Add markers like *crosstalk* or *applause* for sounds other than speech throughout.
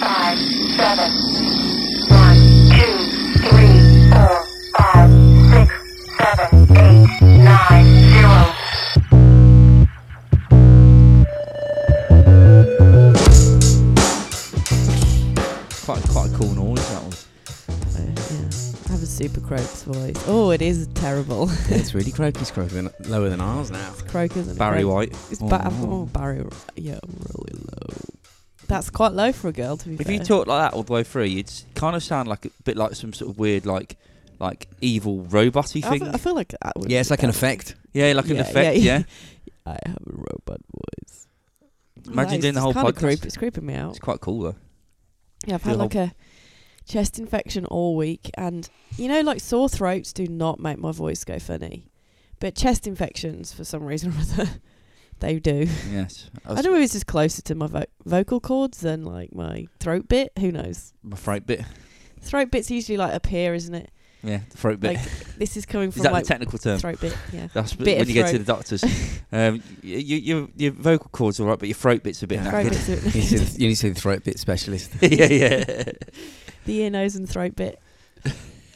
five, seven. One, two, three, four, five, six, seven, eight, nine, zero. Quite, quite a cool noise *laughs* that one. So, yeah. I have a super croak's voice. Oh, it is terrible. *laughs* it's really croaky's croak than, lower than ours now. Croak isn't it? Barry Croak- White. It's ba- Oh. I've got more Barry. Ro- Yeah, really low. That's quite low for a girl to be If fair. you talk like that all the way through, you'd kind of sound like a bit like some sort of weird, like, like evil roboty I thing. feel, I feel like that would Yeah, be it's like an bad. effect. yeah, like an Yeah, effect. yeah. Yeah, *laughs* *laughs* I have a robot voice. Imagine That is doing the just whole kinda podcast. Creep, it's creeping me out. it's quite cool though. Yeah, I've do had the like a chest infection all week, and you know, like sore throats do not make my voice go funny, but chest infections for some reason or other *laughs* they do. Yes, I I was, don't know if it's just closer to my vo- vocal cords than like my throat bit. Who knows? my throat bit. Throat bit's usually like up here, isn't it? Yeah, the throat bit. Like this is coming Is from that like the technical term? throat bit. *laughs* Yeah. That's b- bit when of you go to the *laughs* doctors. um, y- you, your your vocal cords all right, but your throat bit's a bit Yeah. Throat knackered. bit's a You need to see bit the, *laughs* you need to see the throat bit specialist. *laughs* yeah, yeah. *laughs* the ear, nose, and throat bit.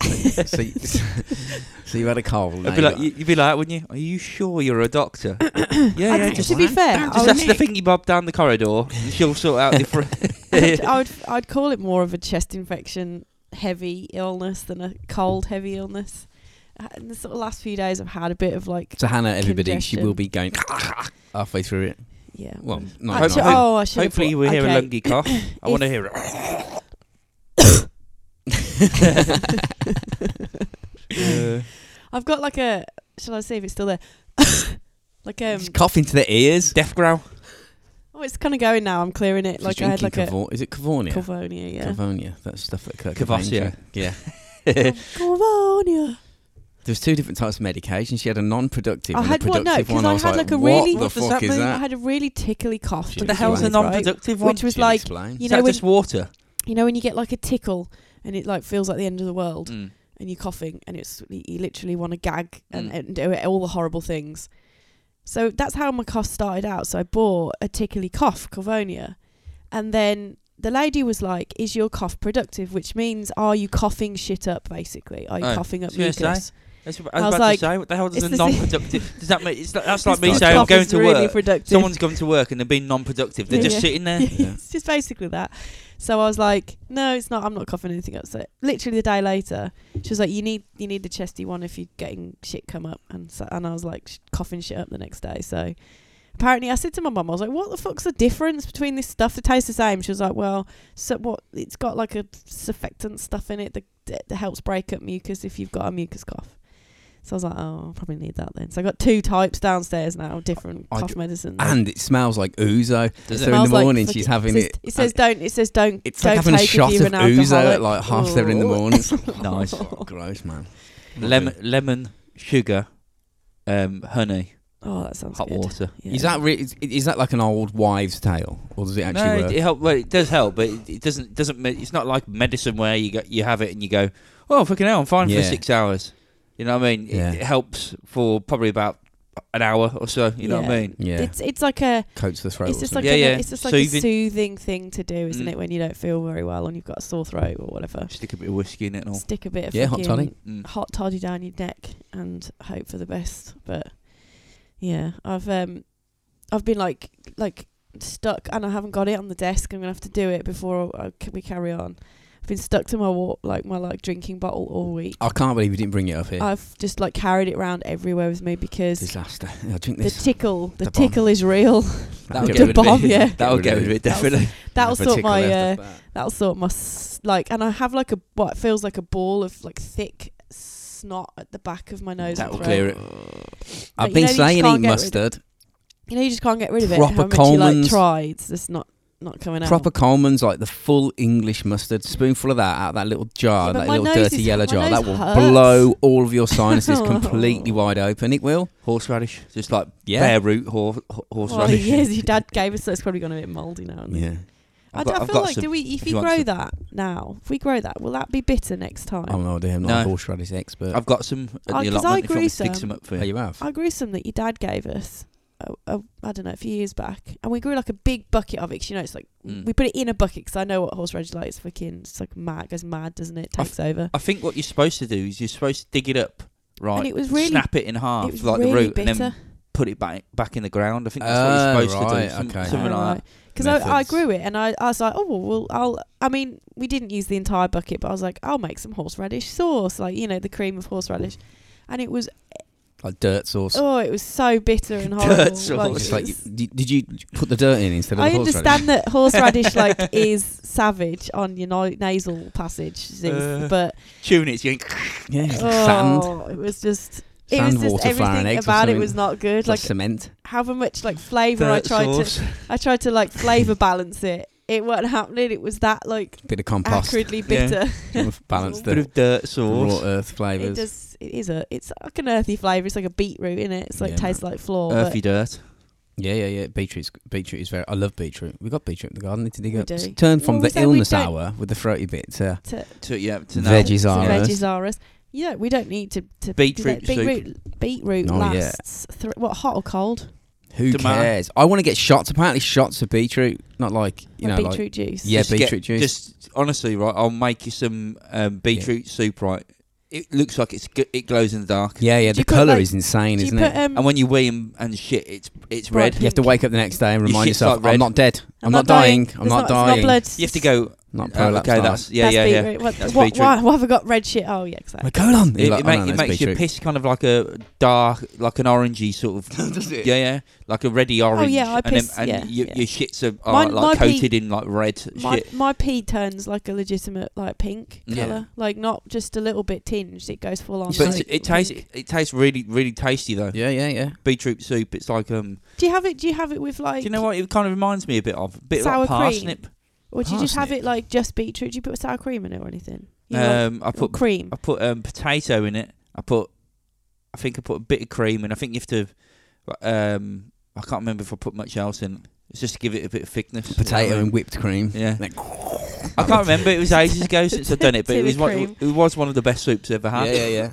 so, you, *laughs* so you had a cold. now I'd be like, you- you- you'd be like, wouldn't you? Are you sure you're a doctor? *coughs* yeah, I- yeah. to Just, be fair, I just would, ask the thingy bob down the corridor, and she'll sort out your *laughs* throat. I'd, *laughs* I would, I'd call it more of a chest infection heavy illness than a cold heavy illness. Uh, In the sort of last few days, I've had a bit of like, to Hannah, everybody, she Congestion. will be going *laughs* halfway through it. yeah. Well, not Actually, *laughs* halfway. oh, I should. Hopefully, you will hear a lungy *coughs* cough. I want to hear it. Uh, I've got like a. Shall I see if it's still there? *laughs* like um. Just cough into the *coughs* ears. death growl. Oh, it's kind of going now. I'm clearing it. She's Like I had drinking like a Cavo- is it Cavonia? Corvonia, yeah. Cavonia. That's stuff that Kurt Cavosia. Cobain drank. Yeah. Corvonia. *laughs* There's two different types of medication. She had a non-productive I and had a one. No, productive because I I was had like, like a what really. the what does fuck that is mean? I that? had a really tickly cough. to She What the was hell's a begin right. with, right? non-productive one? Which was She'll like explain. you Is know that when just water? you know when you get like a tickle and it like feels like the end of the world Mm. and you're coughing and it's you literally want to gag and, Mm. and do it, all the horrible things. So that's how my cough started out. So I bought a tickly cough, Corvonia, and then the lady was like, "Is your cough productive?" Which means, are you coughing shit up? Basically, are you Oh, coughing up so yes, mucus? I- That's what I was, I was about like, to say. What the hell does it's a the- non-productive? does that make? It's like, that's like *laughs* This me cough saying I'm cough going is to really work. Productive. Someone's going to work and they're being non-productive. They're Yeah, just yeah. sitting *laughs* there. Yeah. it's just basically that. So I was like, no, it's not. I'm not coughing anything up. So literally the day later, she was like, you need you need the chesty one if you're getting shit come up. And so, and I was like sh- coughing shit up the next day. So apparently, I said to my mum, I was like, what the fuck's the difference between this stuff? It tastes the same. She was like, well, so what? It's got like a surfactant stuff in it that, that, that helps break up mucus if you've got a mucus cough. So I was like, oh, I'll probably need that then. So I got two types downstairs now, different I cough d- medicines. And it smells like ouzo. Does so it? in the Smells like morning, fucking- she's having says, it. It says don't. It says don't. It's don't like having a take if shot you're of an ouzo at alcoholic. like half seven in the Ooh. *laughs* morning. It's Nice. oh, gross, man. Lemon, lemon, sugar, um, honey, Oh, that sounds hot good. water. Yeah. Is that re- is, is that like an old wives' tale, or does it no, actually it- work? it help. Well, it does help, but it, it doesn't. Doesn't. me- It's not like medicine where you go, you have it and you go, oh fucking hell, I'm fine for Yeah. six hours. You know what I mean? It- Yeah. It, helps for probably about an hour or so. You know what I Yeah. mean? yeah, It's it's like a coats the throat. it's or just like something. Yeah, a, yeah. it's just like Soothing. a soothing thing to do, isn't Mm. it? When you don't feel very well and you've got a sore throat or whatever, Stick a bit of whiskey in it and all. stick a bit of Yeah, hot toddy. fucking Mm. hot toddy down your neck and hope for the best. But yeah, I've um I've been like like stuck and I haven't got it on the desk. I'm gonna have to do it before I, c- we carry on. I've been stuck to my wa- like my like drinking bottle all week. I can't believe you didn't bring it up here. I've just like carried it round everywhere with me because Disaster. *laughs* I drink the this. *laughs* tickle, the, The bomb. tickle is *laughs* real. *laughs* That'll the get rid of bomb, it. *laughs* yeah. That'll get rid of it definitely. That'll If a sort tickle my uh, left of that. that'll sort my s- like, and I have like a what feels like a ball of like thick snot at the back of my nose. That and will throat. clear it. I've you been know you saying can't eat get rid of- mustard. You know, you just can't get rid of it. Proper How much you Coleman's- like tried, it's just not not coming out. Proper Coleman's, like the full English mustard, spoonful of that out of that little jar, Yeah, but that my little nose dirty is- yellow my nose jar. That will hurts. blow all of your *laughs* sinuses completely wide open. It will. Horseradish, just like Yeah. bare root hor- ho- Well, it horseradish. is. Your dad gave us. So it's probably gone a bit mouldy now. and then. Yeah. I, I've d- got- I I've feel got like some do we if if you you want grow some. that now? If we grow that, will that be bitter next time? Oh no, idea. I'm not No. a horseradish *laughs* expert. I've got some at Oh, the 'cause allotment. If I you want me grew to dig some. some up for oh, you. you have. I grew some that your dad gave us. a, a, I don't know, a few years back, and we grew like a big bucket of it. 'cause, you know, it's like Mm. we put it in a bucket because I know what horse radish is like. It's fucking, it's like mad, goes mad, doesn't it? I Takes over. I think what you're supposed to do is you're supposed to dig it up, right? And it was really- snap it in half, it was like really the root, bitter. and then put it back back in the ground. I think that's Oh, what you're supposed right, to do. Some, okay. Something Oh, like right. that. 'Cause I, I Methods. grew it and I, I was like, oh, well, I'll, I mean, we didn't use the entire bucket, but I was like, I'll make some horseradish sauce, like, you know, the cream of horseradish. And it was, like dirt sauce. oh, it was so bitter *laughs* and horrible. sauce. Like, It's it like, you, was- did did you put the dirt in instead of Oh, I the horseradish? understand *laughs* that horseradish, like, is savage on your no- nasal passage, Zeus, Uh, but, Tune it. You Yeah, it's like sand, oh, it was just... It Sand, was just water, flour and everything eggs or about it something. was not good. like Like cement. however much like flavour I tried to, I tried to like flavour balance it. It wasn't happening. It was that like Bit of compost. *laughs* acridly Yeah. *laughs* bitter. balance bit the of dirt raw sauce. earth it flavours. does. It is a. It's like an earthy flavour. It's like a beetroot in it. It's like Yeah, tastes like floor. but Earthy dirt. Yeah, yeah, yeah. Beetroot, beetroot is very. I love beetroot. We got beetroot in the garden. Need to dig We up. do. S- Turn from Well, we the said we illness don't- hour with the throaty bit to to, To, yeah, to know. veggies to are us. veggies are us. Yeah, we don't need to. to Beetroot to, beetroot. Beetroot Oh, yeah. lasts. Thr- what hot or cold? Who Doesn't matter. cares? I want to get shots. Apparently, shots of beetroot. Not like Like you know, beetroot like juice. Yeah, Just get- beetroot juice. Just honestly, right? I'll make you some um, beetroot soup. Right? It looks like it's g- it glows in the dark. yeah, yeah. Do you The put, colour like- is insane, Do you isn't put it? um? And when you wee and, and shit, it's it's Bright red. You have to pink- wake up the next day and Your remind shit's yourself, like "I'm red. not dead. I'm not dying. dying. I'm There's not it's dying. blood. You have to go. Not uh, prolapse. okay, that's yeah, That's yeah, yeah. beetroot. What, That's what, beetroot. Why, why have I got red shit? Oh yeah, exactly. My colon. It, it, make- it makes your piss *laughs* kind of like a dark, like an orangey sort of. Does it? Yeah, yeah, like a reddy orange. Oh, yeah, I and piss- and yeah, your, yeah. your shits are, are Mine- like my pee- coated in like red My, shit. my pee turns like a legitimate like pink Yeah. colour, like not just a little bit tinged. It goes full on. But it's- like, it tastes, pink. it, tastes really, really tasty though. Yeah, yeah, yeah. Beetroot soup. It's like um. Do you have it? Do you have it with like? Do you know what it kind of reminds me a bit of? A bit Sour like cream. parsnip. Or do you just have Parsnip. it like just beetroot? Do you put sour cream in it or anything? Uh, You know, Um, I like, or put cream. I put um potato in it. I put, I think I put a bit of cream, and I think you have to, um, I can't remember if I put much else in. It's just to give it a bit of thickness. um, Potato and whipped cream. Yeah. *laughs* Like- I can't remember. It was ages ago since I've done it, but it Potato was one, cream. it was one of the best soups I've ever had. *laughs* Yeah, yeah, yeah.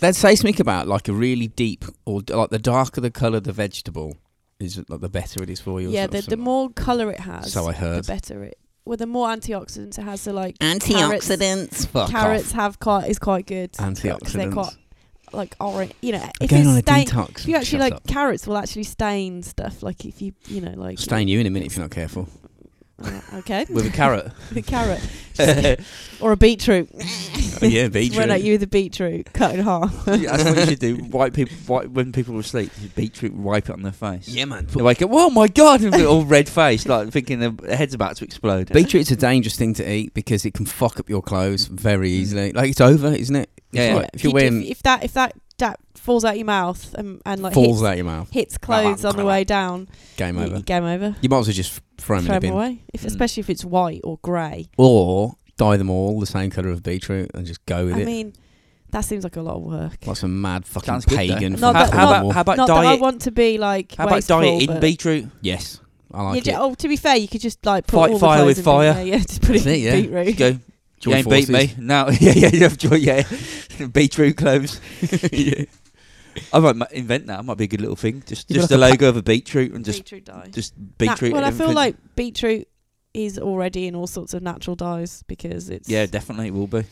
They'd say something about like a really deep or d- like the darker the colour the vegetable is, like the better it is for you. or yeah, sort the, of the more colour it has, So I heard. the better it. Well, the more antioxidants it has, so like carrots- Antioxidants. *laughs* Fuck Carrots have quite is quite good. off. 'cause they're Antioxidants. quite like orange. You know, I'm if going on it's a stain, detox. if you actually Shut like up. carrots will actually stain stuff. Like if you you know like stain you in a minute if you're not careful *laughs* Uh, okay, with a carrot. *laughs* the carrot or a beetroot. *laughs* *laughs* yeah, Just Run at you with a beetroot, cut in half. *laughs* That's what you should do. White people, white, when people are asleep, you beetroot wipe it on their face. Yeah, man. They wake up, oh my *laughs* god, and they're all red faced, like thinking their head's about to explode. Beetroot's a dangerous thing to eat because it can fuck up your clothes very easily. Like it's over, isn't it? It's Yeah, yeah. like, if you're d- wearing if, if that if that that falls out your mouth and, and like falls hits, out your mouth, hits clothes on the way down, game y- over. game over. You might as well just throw them Throw them in the bin. away, if, Mm. especially if it's white or grey. or dye them all the same colour of beetroot and just go with I it. mean, that seems like a lot of work. like some mad fucking Sounds good, though. pagan. Not fucking that- how, animal. about, how about Not that I diet? want to be like How about wasteful, diet in *laughs* but- beetroot? yes, I Yeah, like ju- it. oh, to be fair, you could just like put Fight all the fire clothes with in fire. there, yeah, just put it That's in it, yeah. You beetroot. go. You Join ain't beat me forces. now. *laughs* yeah, yeah, you have joy. Yeah, *laughs* beetroot *laughs* clothes. yeah. I might ma- invent that. That might be a good little thing. Just You just got the like a logo of a beetroot and just beetroot dye. just Na- beetroot. well, and I feel everything. like beetroot is already in all sorts of natural dyes because it's yeah, definitely it will be.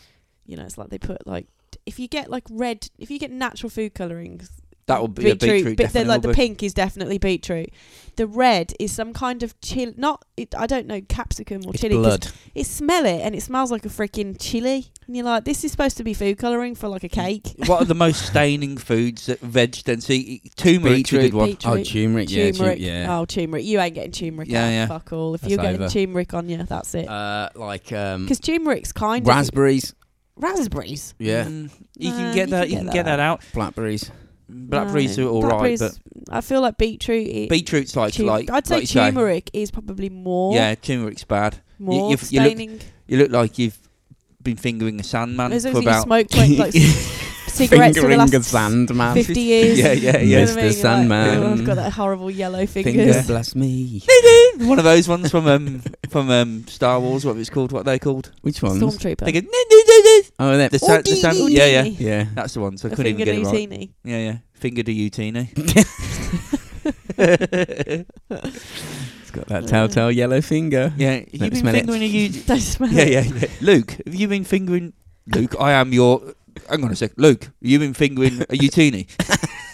you know, it's like they put like if you get like red, if you get natural food colorings, That will be yeah, beetroot. but then definitely like will the be. pink is definitely beetroot. The red is some kind of chili, not it, I don't know capsicum or It's chili. 'cause blood. It smell it and it smells like a freaking chili, and you're like, this is supposed to be food coloring for like a Mm. cake. What are the most staining foods that veg then see turmeric's a good Beetroot. one. Oh, Beetroot, turmeric. *laughs* Yeah, tu- turmeric. yeah. Oh, turmeric. You ain't getting turmeric. Yeah, Yeah, yeah. Fuck all. If That's you're getting over. turmeric on you, that's it. Uh, like um, Because turmeric's kind of raspberries. raspberries. Yeah, Mm, you Nah, can get that. You can get that out. Mm. blackberries. Blackberries No. are all right, Blackberries, but I feel like beetroot. It, beetroot's like tu- like I'd like you say turmeric is probably more. Yeah, turmeric's bad. more you've- you look- staining. You look like you've been fingering a sandman As long for as you about smoke like, *laughs* *laughs* like cigarettes for the Fingering last a sandman. 50 years. Yeah, yeah, yeah. You know what I mean? You're Mr. Sandman. Like, oh, I've got that horrible yellow fingers. Finger *laughs* bless me. One of those ones from um *laughs* from um Star Wars, what it's called, what they called. Which ones? They Stormtrooper. go, "No, no, no, no." Oh, they're the, sa- the sand, yeah, yeah, Udini. yeah. that's the one. So I A couldn't even finger get it right. *laughs* Nutini. Yeah, yeah, finger to utini. It's got that telltale yellow finger. *laughs* yeah, have me you been smell *laughs* it. fingering a you? *laughs* Don't smell Yeah, it. yeah, yeah. Luke, have you been fingering? Luke, I am your. Hang on a sec, Luke. Have you been fingering a *laughs* utini?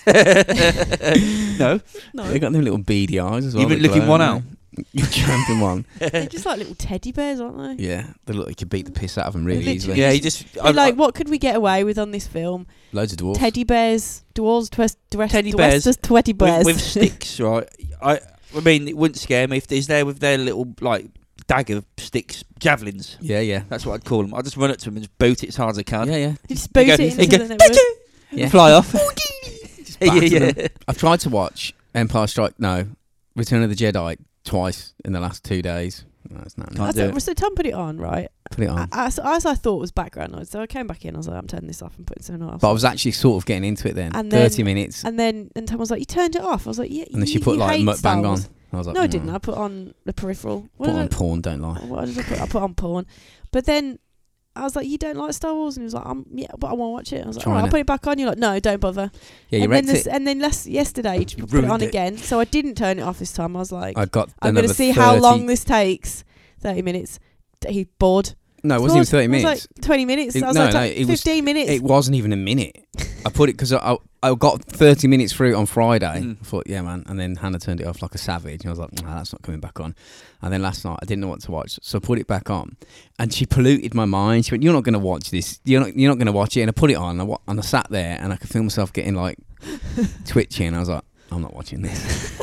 *laughs* no, They No, *laughs* got them little beady eyes as well. you've been that looking glow, one out. haven't *laughs* you? You're jumping one. they're just like little teddy bears, aren't they? Yeah, they look like you could beat the piss out of them really Literally. easily. Yeah, you just They're like, what could we get away with on this film? Loads of dwarfs. Teddy bears, dwarves, twist, dress, Teddy dress- bears just teddy bears. with, with sticks, right? I, I mean, it wouldn't scare me if they's there with their little like dagger sticks, javelins. Yeah, yeah. That's what I'd call them. I just run up to them and just boot it as hard as I can. Yeah, yeah. You *laughs* just boot go- it they into go, the network. Yeah. Fly *laughs* off. *laughs* yeah, batter yeah. I've tried to watch Empire Strike No, Return of the Jedi twice in the last two days. No, it's not. Can't I do thought, it. so Tom put it on, right? Put it on. As, as I thought was background noise, so I came back in. I was like, I'm turning this off and putting something else. But I was actually sort of getting into it then. And Thirty then- minutes, and then and Tom was like, you turned it off. I was like, yeah. and then you, she put you like hate Star mukbang on. Wars." I was like, No, I mm. didn't. I put on the peripheral. What Put did I- on porn, don't lie. What did I put? I put on porn. But then I was like, you don't like Star Wars, and he was like, um, yeah, but I want to watch it. I was like, Trying all right, I'll it. put it back on. You're like, no, don't bother. Yeah, you and then rent this, it. and then last yesterday, you You put it on ruined it. again. So I didn't turn it off this time. I was like, I got. I'm going gonna to see how long this takes. Thirty minutes. D- He bored. No, Oh, it So I wasn't even was- thirty I was minutes. like Twenty minutes. It- I was no, like no, t- it was- fifteen minutes. *laughs* It wasn't even a minute. I put it because I, I I got thirty minutes through on Friday. Mm. I thought, yeah, man. And then Hannah turned it off like a savage, and I was like, nah, that's not coming back on. And then last night I didn't know what to watch, so I put it back on, and she polluted my mind. She went, "You're not going to watch this. You're not. You're not going to watch it." And I put it on, and I, wa- and I sat there, and I could feel myself *laughs* getting like twitchy, and I was like, "I'm not watching this." *laughs*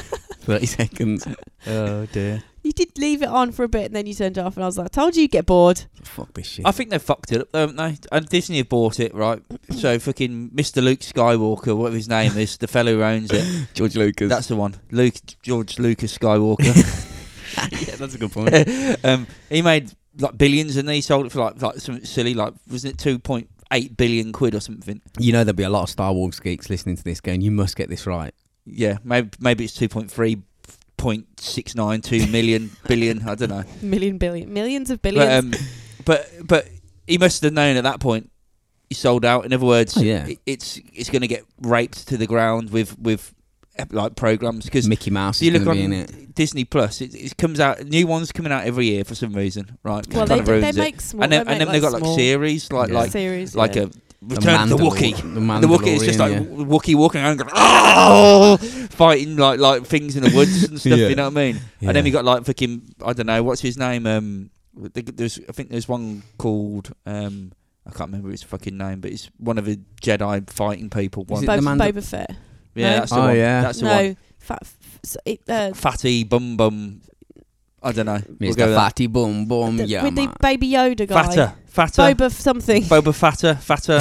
thirty seconds. *laughs* Oh dear. you did leave it on for a bit, and then you turned it off. And I was like, I told you, you get bored. Fuck this shit. I think they've fucked it up, haven't they? And Disney have bought it, right? So fucking Mr. Luke Skywalker, whatever his name is, the fellow who owns *laughs* it. George Lucas. That's the one. Luke George Lucas *laughs* Skywalker. yeah, that's a good point. um, he made like billions and he sold it for like like something silly, like wasn't it two point eight billion quid or something? *laughs* you know, there'll be a lot of Star Wars geeks listening to this, going, "You must get this right." Yeah, maybe maybe it's two point three point six nine two *laughs* million billion, I don't know. Million billion, millions of billions. But um, but but he must have known at that point he sold out. In other words, Oh, yeah. i- it's it's going to get raped to the ground with with eh, like programs because Mickey Mouse you is look going to be in on it. Disney Plus, it, it comes out new ones coming out every year for some reason, right? well, It kinda they, do, they ruins it. make small. and then, they and then make, they've got like, like small series, like Yeah. like series. like yeah. a Return of the Mandalor- Wookiee. The, And the Wookiee is just Mandalorian, like yeah. w- Wookiee walking around going, oh, fighting like like things in the woods and stuff. Yeah. You know what I mean? And Yeah. then we got like fucking I don't know what's his name. Um, th- there's I think there's one called um I can't remember his fucking name, but it's one of the Jedi fighting people. One, it Boba, the Mandal- Boba Fett. yeah, no? that's the Oh, one. yeah. that's the no, one. fat. F- so it, uh, Fatty bum bum. I don't know. We'll Mr. go with that. Fatty Boom Boom, the- yeah, with man. the baby Yoda guy. Fatter, fatter, Boba f- something. Boba fatter, *laughs* fatter.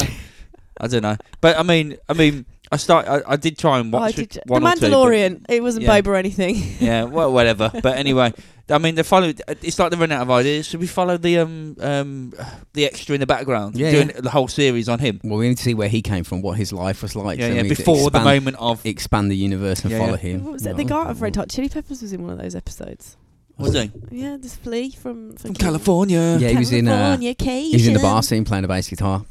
I don't know, but I mean, I mean, I start. I, I did try and Oh, *laughs* I watch did- the one or two, but- Mandalorian. it wasn't Yeah. Boba or anything. yeah, well, whatever. But anyway, I mean, they follow. It's like they run out of ideas. Should we follow the um um the extra in the background? Yeah, doing the whole series on him. well, we need to see where he came from, what his life was like. yeah, so yeah. we need to Before the expand, moment of expand the universe and Yeah, follow yeah. *laughs* him. What was it? The Oh, guy of Red oh. Hot Chili Peppers was in one of those episodes. was he Yeah, this flea from from California? Yeah, he was in. Uh, California, he was in the Cajun. bar scene playing a bass guitar.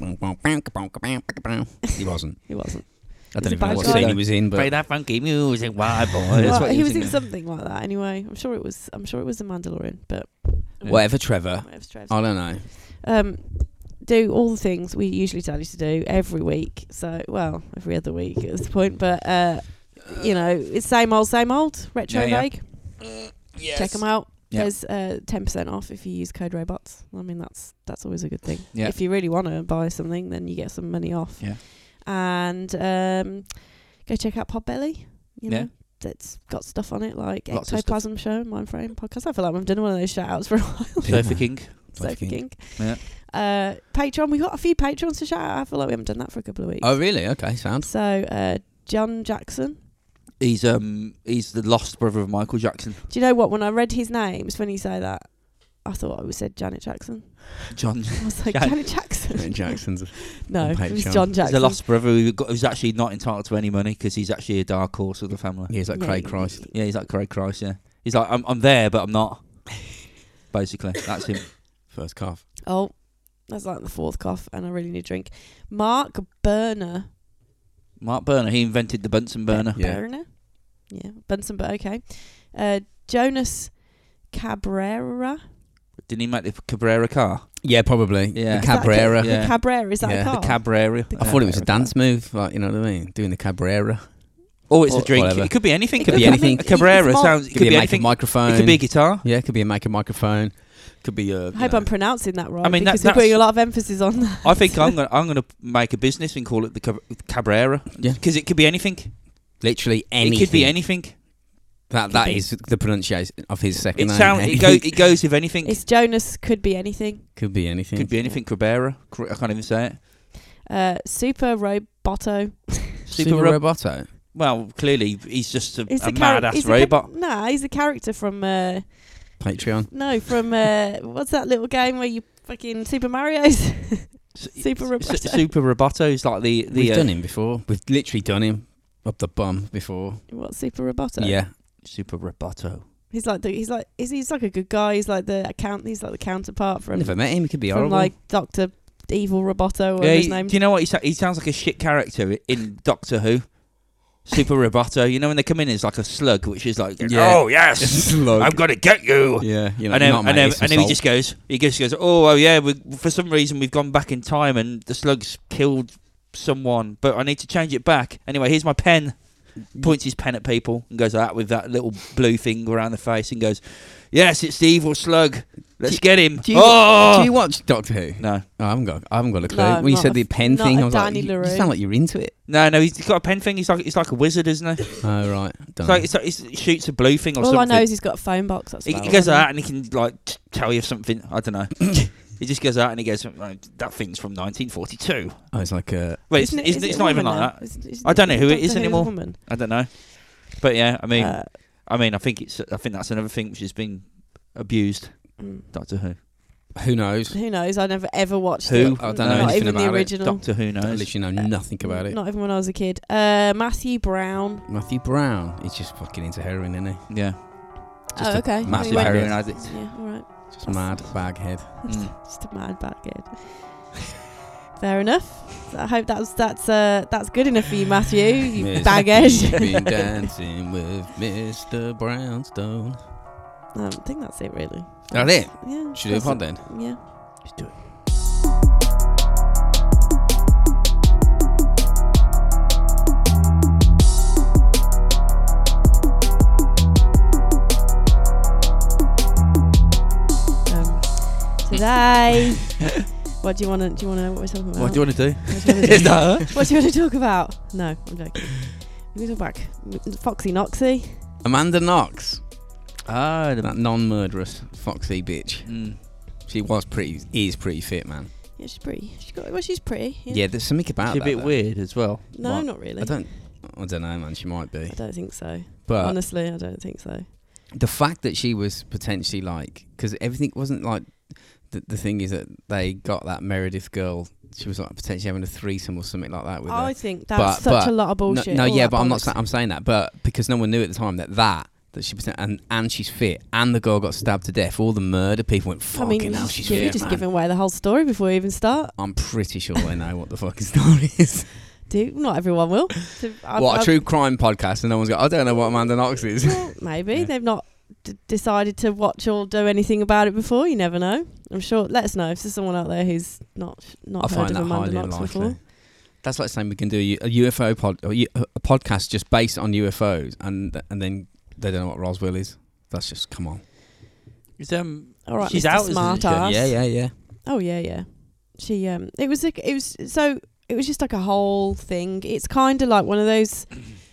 he *laughs* wasn't. He wasn't. I He's don't a even know bad what guy. scene he was in, Play but that funky music, why boy? Well, That's *laughs* what he was thinking. in something like that anyway. I'm sure it was. I'm sure it was the Mandalorian, but whatever, Trevor. might have stressed. I don't know. *laughs* um, do all the things we usually tell you to do every week. So, well, every other week at this point, but uh, you know, it's same old, same old. Retro Yeah, yeah. vague. Check them out. Yeah. There's uh, ten percent off if you use code robots. I mean, that's that's always a good thing. Yeah. If you really want to buy something, then you get some money off. Yeah. And um, go check out Podbelly. You know, Yeah. that's got stuff on it like Lots of stuff. Ectoplasm Show, Mind Frame podcast. I feel like we've done one of those shout outs for a while. Sophie King. Sophie King. Yeah. Uh, Patreon. We've got a few patrons to shout out. I feel like we haven't done that for a couple of weeks. Oh, really? *laughs* Okay, sound. So uh, John Jackson. He's um he's the lost brother of Michael Jackson, Do you know what? When I read his name, it's funny you say that. I thought I said Janet Jackson. *laughs* John. I was like, Jan- Janet Jackson. Janet Jackson's. No, on it was Patreon. John He's the Jackson. lost brother who got, who's actually not entitled to any money because he's actually a dark horse of the family. Yeah, he's like Yeah, Craig you- Christ. Yeah, he's like Craig Christ. Yeah, he's like I'm. I'm there, but I'm not. *laughs* Basically, that's him. First cough. Oh, that's like the fourth cough, and I really need a drink. Mark Burner. Mark Burner. He invented the Bunsen burner. Yeah. Burner? yeah, Benson, but okay. Uh, Jonas Cabrera. Didn't he make the Cabrera car? Yeah, probably. Yeah. The Is that a- Cabrera. Yeah. The Cabrera, is that Yeah. a The car? The Cabrera. The I thought it was a Cabrera dance car. move, like you know what I mean? Doing the Cabrera. Oh, it's Or a drink. whatever. It could be anything. It could be anything. A *laughs* Cabrera It's more- sounds. It could be a make anything. a microphone. It could be a guitar. yeah, it could be a make a microphone. Could be a. I hope I'm pronouncing that right. I mean, that- because we're that's- putting a lot of emphasis on that. I *laughs* think I'm gonna I'm gonna make a business and call it the Cab- Cabrera. Yeah. Because it could be anything. literally anything. It could be anything. That that Could be. is the pronunciation of his second It name. sounds. It, go, it goes with anything. It's Jonas could be anything. could be anything. could be anything. Cabrera. Cr- I can't even say it. Uh, *laughs* Super Roboto. Super, Super Rob- Roboto. Well, clearly he's just a, He's a the char- mad ass he's the char- robot. nah, he's a character from uh, Patreon. no, from uh, what's that little game where you fucking Super Mario's? *laughs* Super S- Roboto. Super Roboto is like the the We've uh, done him before. We've literally done him up the bum before. what Super Roboto? Yeah. Super Roboto. he's like the, he's like he's, he's like a good guy. He's like the account. He's like the counterpart I from never met him. He could be from horrible. *laughs* like Doctor Evil Roboto. Or Yeah, his he- name. do you know what he, sa- he sounds like? A shit character i- in Doctor Who. Super Roboto. You know when they come in, it's like a slug, which is like, Yeah. oh *laughs* yes, I'm gonna get you. yeah. You know, and then, not and then, mate, it's and then he assault. just goes, he just goes, oh, well, yeah, we, for some reason we've gone back in time and the slugs killed someone, but I need to change it back. Anyway, here's my pen. Points his pen at people and goes like that with that little blue thing around the face and goes, yes, it's the evil slug. Let's Do- get him. do you- oh! Do you watch Doctor Who? no, No, I haven't got. I haven't got a clue. No, when you not said a- the pen not thing, a I was like, Danny you, you LaRue. sound like you're into it. no, no. He's got a pen thing. He's like, he's like a wizard, isn't he? Oh right. Don't It's like, it's like he shoots a blue thing or All I something. know is he's got a phone box. That's He, about he all goes uh, I out know. and he can like t- tell you something. I don't know. *coughs* he just goes out and he goes, "Right, that thing's from 1942. oh, it's like a. Wait, it's, Isn't it- it's, is it's it a not even woman like now? that. Isn't- isn't I don't know who it Doctor is Who's a anymore. woman? I don't know. But yeah, I mean, Uh, I mean, I think it's, I think that's another thing which has been abused. mm. Doctor Who. Who knows? Who knows? I never ever watched Who? it. I Not don't know anything even about the it. original. Doctor Who I knows. Uh, literally know nothing about it. Not even when I was a kid. Uh, Matthew Brown. Matthew Brown. He's just fucking into heroin, isn't he? Yeah, Just oh, a okay. massive We went- heroin heroin. addict. Yeah, all right. *laughs* Just mad baghead. Mm. Just a mad bad kid. Fair enough. So I hope that's that's uh, that's good enough for you, Matthew. You *laughs* Miss baggage. You've *laughs* been dancing with Mr. Brownstone. Um, I think that's it, really. That it? Yeah. Should we do a pod that's then? it. Yeah. Just do it. Um, *laughs* today, what do you want to? Do you want to know what we're talking about? What do you want to What do you wanna do? do? Is that her? What do you want to talk about? No, I'm joking. We can talk about Foxy Noxy. Amanda Knox. Ah, the- That non murderous foxy bitch. mm. She was pretty, is pretty fit, man. Yeah, she's pretty. She's got. Well, she's pretty. Yeah, there's something about She's a that, bit though. weird as well. No, What? not really. I don't, I don't know, man. She might be, I don't think so. but Honestly, I don't think so. the fact that she was potentially like, because everything wasn't like. The, the thing is that they got that Meredith girl. She was like potentially having a threesome or something like that with. I her. think But- that's such but- a lot of No- Oh, bullshit. No, all yeah, that but I'm not. bollocks. sa- I'm saying that, but because no one knew at the time that that that she poten- and and she's fit and the girl got stabbed to death. All the murder people went I "Oh, fucking mean, you hell. just, She's you're fit, just man." giving away the whole story before you even start. I'm pretty sure they know what the fucking story is. Do not everyone will. So I've- what a I've- true crime podcast, and no one's got. I don't know what Amanda Knox is. *laughs* Well, maybe they've not d- decided to watch or do anything about it before. You never know. I'm sure. Let us know if there's someone out there who's not not I heard find of that Amanda highly Knox unlikely. before. That's like saying we can do a UFO pod, or U- a podcast just based on UFOs, and and then they don't know what Roswell is. That's just come on. Is, um, All right, She's Mr. out, isn't she? Smart Ass. Yeah, yeah, yeah. Oh yeah, yeah. She um it was like it was so it was just like a whole thing. It's kind of like one of those *clears throat*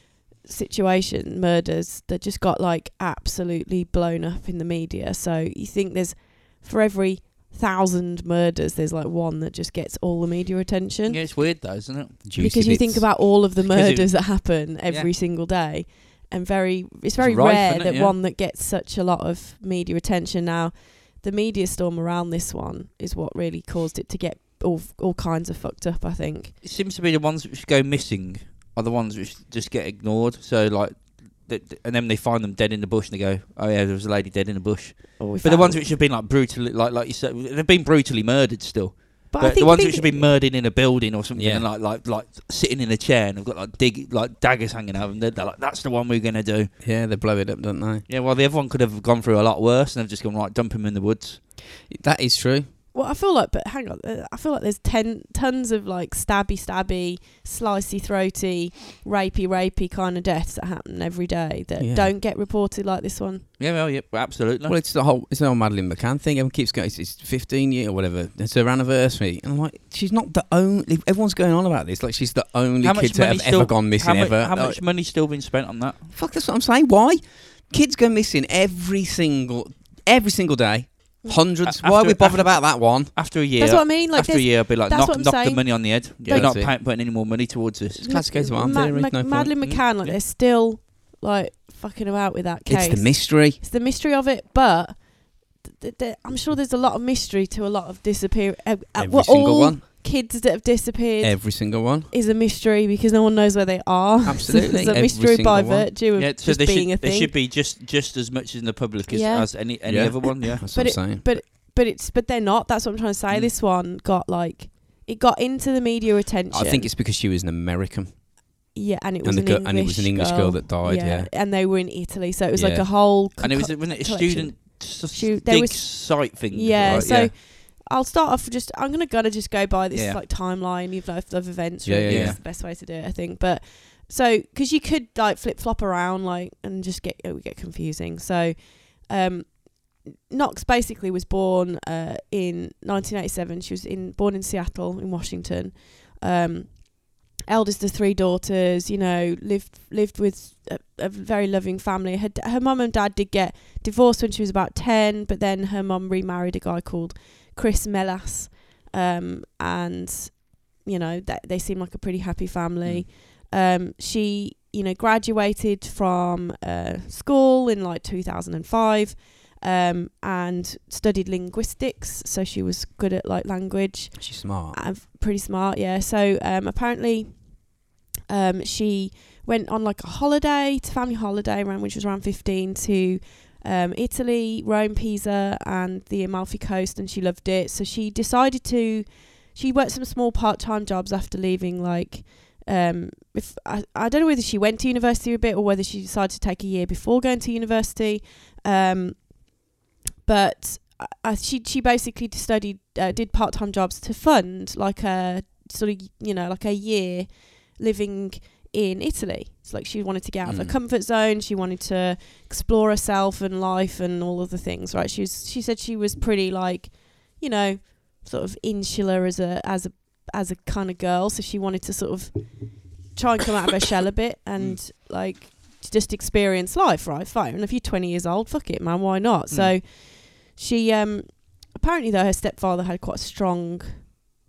situation murders that just got like absolutely blown up in the media. So you think there's for every thousand murders there's like one that just gets all the media attention yeah, it's weird though, isn't it? Juicy because you think bits. about all of the Because it- murders that happen every single day and very it's very rife, rare isn't it? that Yeah. one that gets such a lot of media attention now the media storm around this one is what really caused it to get all all kinds of fucked up i think It seems to be the ones which go missing are the ones which just get ignored. So like, th- th- and then they find them dead in the bush, and they go, "Oh yeah, there was a lady dead in the bush." Or we But the found- ones which have been like brutally, like like you said, they've been brutally murdered still. But, I But think the ones big- which have been murdered in a building or something, Yeah. and like like like sitting in a chair and have got like dig like daggers hanging out, and they're, they're like, "That's the one we're gonna do." Yeah, they blow it up, don't they? Yeah, well, the other one could have gone through a lot worse, and they've just gone right, dump him in the woods. That is true. Well, I feel like, but hang on, uh, I feel like there's ten tons of like stabby, stabby, slicey, throaty, rapey, rapey kind of deaths that happen every day that Yeah. don't get reported like this one. Yeah, well, yeah, absolutely. Well, it's the whole it's the whole Madeline McCann thing. Everyone keeps going. It's, it's 15 year or whatever. It's her anniversary, and I'm like, she's not the only. Everyone's going on about this. Like she's the only How much kid to have money's still- ever gone missing how, mu- ever. how Like, much money's still been spent on that? Fuck, that's what I'm saying. Why? Kids go missing every single every single day. Hundreds. A- Why are after- we bothered after- about that one? After a year, That's what I mean. Like, after a there's year, I'd be like, that's knock, what I'm knock the saying. money on the head. Yeah, You're not that's it. putting putting any more money towards this. It's classification of arm Ma- theory, Ma- no point. Madeline Mm. McCann, like they're still like fucking about with that case. It's the mystery. It's the mystery of it, but. th- th- th- I'm sure there's a lot of mystery to a lot of disappear. Uh, uh, Every what single all one. kids that have disappeared Every single one. is a mystery because no one knows where they are. *laughs* So Absolutely, it's a every mystery single by one. virtue of Yeah, so just they being should, a they thing. should be just just as much in the public as, Yeah. as any any Yeah. other one. *laughs* Yeah, That's But what I'm saying. but it's but they're not. That's what I'm trying to say. Mm. This one got like it got into the media attention. I think it's because she was an American, yeah, and it was and the an English girl, and it was an English girl, that died. Yeah. and they were in Italy, so it was like Yeah. a whole. and it was conco- wasn't it a collection. student s- Shoot, there dig was- site thing. yeah, right? so. I'll start off with just I'm gonna gotta just go by this Yeah. like timeline of of, of events. Yeah, Really, yeah, It's yeah. the best way to do it, I think. But so because you could like flip flop around like and just get it would get confusing. So um, Knox basically was born uh, in 1987. She was in born in Seattle in Washington. Um, eldest of three daughters, you know, lived lived with a, a very loving family. Her d- her mum and dad did get divorced when she was about 10, but then her mum remarried a guy called Chris Melas. Um, and, you know, th- they seem like a pretty happy family. Um, she, you know, graduated from uh, school in like 2005 um, and studied linguistics. So she was good at like language She's smart. *laughs* uh, pretty smart, yeah. So um, apparently, um, she went on like a holiday, to family holiday, around when she was around fifteen, to um, Italy, Rome, Pisa, and the Amalfi Coast, and she loved it. So she decided to. She worked some small part-time jobs after leaving, like. Um, if I, I don't know whether she went to university a bit or whether she decided to take a year before going to university, um, but I- I, she she basically studied uh, did part time jobs to fund like a sort of you know like a year living in Italy. It's like she wanted to get out of her Mm. comfort zone. She wanted to explore herself and life and all of the things. Right? She was she said she was pretty like you know sort of insular as a as a as a kind of girl. So she wanted to sort of try and come out of her shell a bit Mm. and like just experience life. Right? Fine. And if you're 20 years old, fuck it, man. Why Mm. not? So. She um apparently though her stepfather had quite strong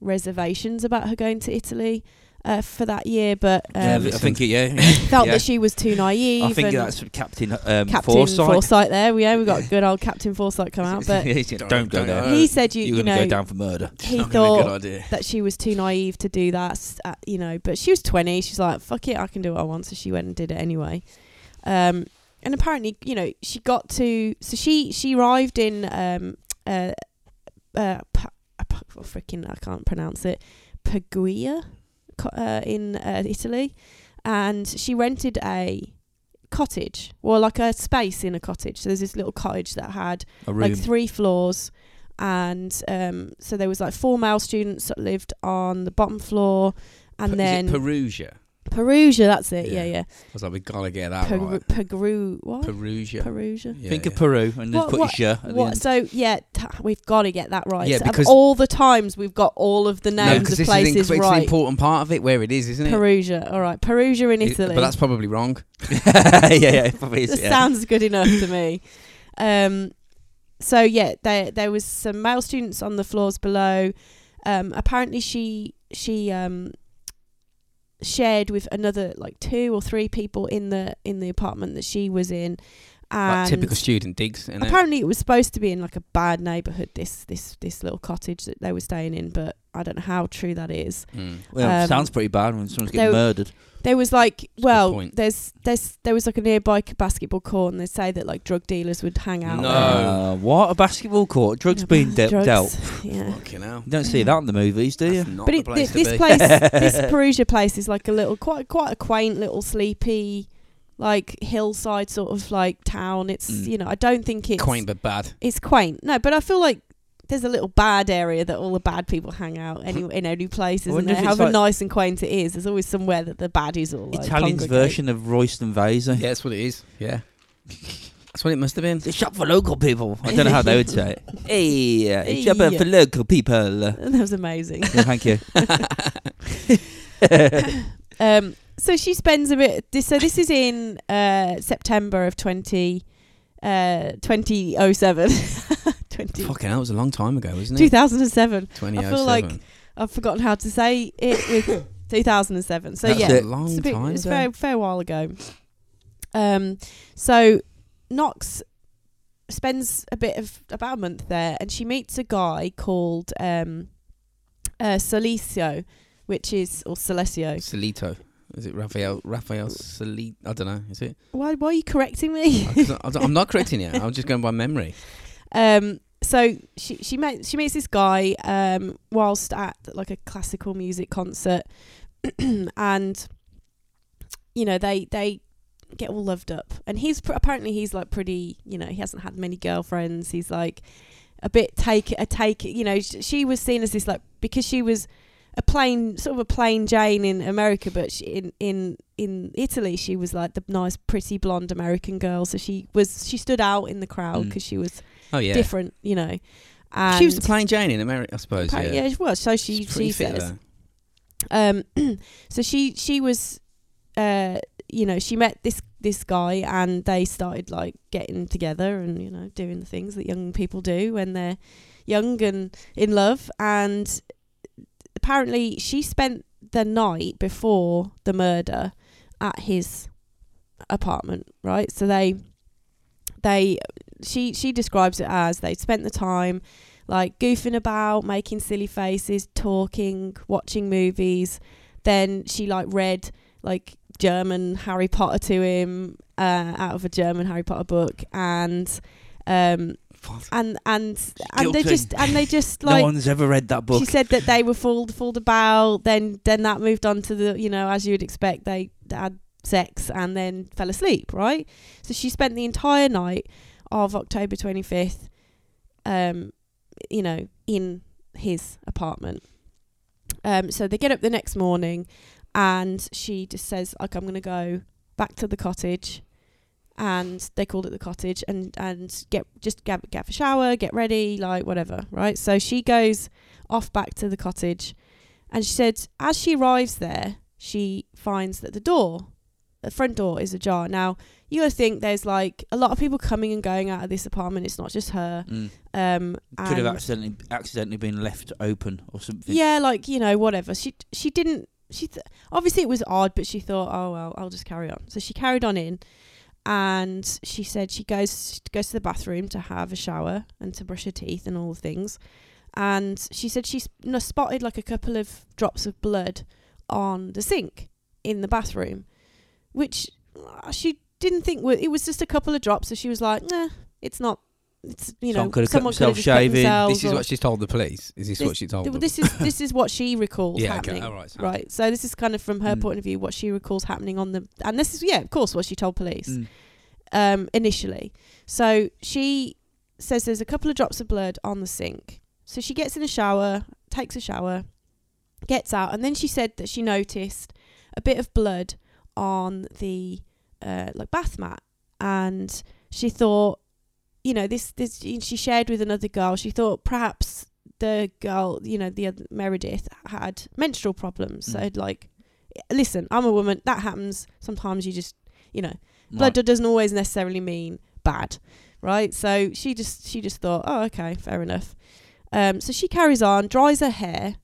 reservations about her going to Italy uh, for that year, but yeah, um, I think it- *laughs* yeah, felt yeah. that she was too naive. I think and that's Captain um, Captain Foresight. there. We yeah, we got good old Captain Foresight *laughs* come *laughs* out, but Yeah, don't go there. he said you You're you gonna know go down for murder. he Not gonna be thought a good idea. *laughs* that she was too naive to do that, s- uh, you know. But she was 20. She's like, fuck it, I can do what I want. So she went and did it anyway. Um, and apparently, you know, she got to. So she she arrived in um uh uh pa- uh, pa- oh, freaking I can't pronounce it Puglia co- uh, in uh, Italy, and she rented a cottage, well, like a space in a cottage. So there's this little cottage that had A room. like three floors and um so there was like four male students that lived on the bottom floor and P- then is it Perugia. Perugia that's it yeah Yeah. yeah, I was like, we gotta get that Peru, right. Peru what Perugia. Perugia Yeah, Think of yeah. Peru and then What- put what- your at the what end. so yeah t- we've got to get that right Yeah, So because- of all the times we've got all of the No, names 'cause of this is an inc- places it's an right important part of it where it is, isn't it? Perugia all right Perugia in It- Italy But that's probably wrong. *laughs* yeah, yeah, it probably is, That yeah. sounds good enough to me. Um, so yeah, there there was some male students on the floors below. Um, apparently, she she um, shared with another like two or three people in the in the apartment that she was in. And Like typical student digs. innit? apparently, it was supposed to be in like a bad neighborhood. This this this little cottage that they were staying in, but I don't know how true that is. Mm. Well, Um, sounds pretty bad when someone's there- getting murdered. There was like, good well, point. there's there's there was like a nearby c- basketball court, and they say that like drug dealers would hang out. No. there. Uh, what a basketball court. Drugs *laughs* Yeah, being de- drugs, dealt. Yeah. Fucking hell. You don't see that in the movies, do you? That's not But the it, place th- to this be. place, this *laughs* Perugia place, is like a little, quite, quite a quaint little sleepy, like hillside sort of like town. It's Mm. you know, I don't think it's Quaint but *laughs* bad. It's quaint, no, but I feel like there's a little bad area that all the bad people hang out any, in any place, Hmm. I isn't wonder there? if it's However like- nice and quaint it is, there's always somewhere that the baddies all like Italian's congregate. version of Royston Vaser. Yeah, that's what it is. Yeah. *laughs* That's what it must have *laughs* been. *laughs* It's shop for local people. I don't know how they would say it. Hey, uh, it's shop Hey. for local people. *laughs* Yeah, *laughs* That was amazing. thank you. um, so she spends a bit. This, so this is in uh, September of 20, uh, *laughs* 2007. 20, Fucking hell, it was a long time ago, wasn't it? 2007. I 2007. feel like- I've forgotten how to say it *coughs* with 2007. So That's yeah, it. a long it's a bit, time it's a ago. fair, fair while ago. Um, so Knox spends a bit of about a month there, and she meets a guy called um, uh, Silicio, which is or Silicio. Solito. Is it Raphael? Raphael Solito? I don't know. *laughs* Is it? Why, why are you correcting me? I- 'cause I- I don't- I'm not correcting you. I'm just going by memory. Um, so she she met she meets this guy um, whilst at like a classical music concert, *clears throat* and you know they they get all loved up, and he's pr- apparently he's like pretty you know he hasn't had many girlfriends. He's like a bit take a take you know sh- she was seen as this like because she was a plain sort of a plain Jane in America, but she, in in in Italy she was like the nice pretty blonde American girl. So she was she stood out in the crowd Mm. because she was Oh yeah. different, you know. And she was the plain Jane in America, I suppose. apparently- yeah. yeah, she was. So she She's pretty she fit, says. though. Um, *clears throat* so she she was, uh, you know, she met this this guy and they started like getting together and you know doing the things that young people do when they're young and in love. And apparently, she spent the night before the murder at his apartment. Right, so they they she she describes it as they spent the time like goofing about, making silly faces, talking, watching movies. Then she like read like German Harry Potter to him uh, out of a German Harry Potter book, and um What? and and and they guilty. just and they just *laughs* like *laughs* no one's ever read that book. she said that they were fooled fooled about. Then then that moved on to the you know as you would expect they had sex and then fell asleep. Right. So she spent the entire night of October twenty fifth, um, you know, in his apartment. Um, so they get up the next morning, and she just says like I'm gonna go back to the cottage. And they called it the cottage, and and get just get, get a shower, get ready, like whatever, right? So she goes off back to the cottage. And she said, as she arrives there, she finds that the door, the front door, is ajar. Now, you gotta think there's like a lot of people coming and going out of this apartment. It's not just her. Mm. Um, Could have and- accidentally accidentally been left open or something. yeah, like you know, whatever. She she didn't. She th- obviously it was odd, but she thought, oh well, I'll just carry on. So she carried on in, and she said she goes she goes to the bathroom to have a shower and to brush her teeth and all the things, and she said she sp- no, spotted like a couple of drops of blood on the sink in the bathroom, which uh, she didn't think were, it was just a couple of drops. So she was like, nah, it's not. It's you know, Someone could have cut someone could have themselves just cut shaving. This themselves This is or- what she's told the police. Is this, what she told Th- them? This is this is what she recalls Oh, *laughs* yeah. happening. Okay. All right. so- Right. So this is kind of from her Mm. point of view what she recalls happening on the and this is yeah, of course what she told police Mm. um initially. So she says there's a couple of drops of blood on the sink. So she gets in a shower, takes a shower, gets out and then she said that she noticed a bit of blood on the uh like bath mat and she thought you know this this she shared with another girl she thought perhaps the girl you know the other meredith had menstrual problems so Mm. I'd like listen i'm a woman that happens sometimes you just you know Right. blood doesn't always necessarily mean bad right so she just she just thought oh okay fair enough um, so she carries on dries her hair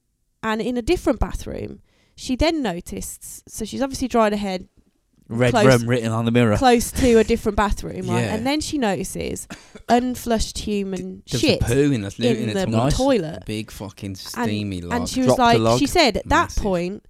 and in a different bathroom she then noticed so she's obviously dried her hair Red Close. rum written on the mirror. close to a different bathroom, right? Yeah. And then she notices unflushed human There was a shit poo in the, in in the toilet. toilet. Big fucking steamy log. And she was Dropped a like, log. she said at that Massive. point,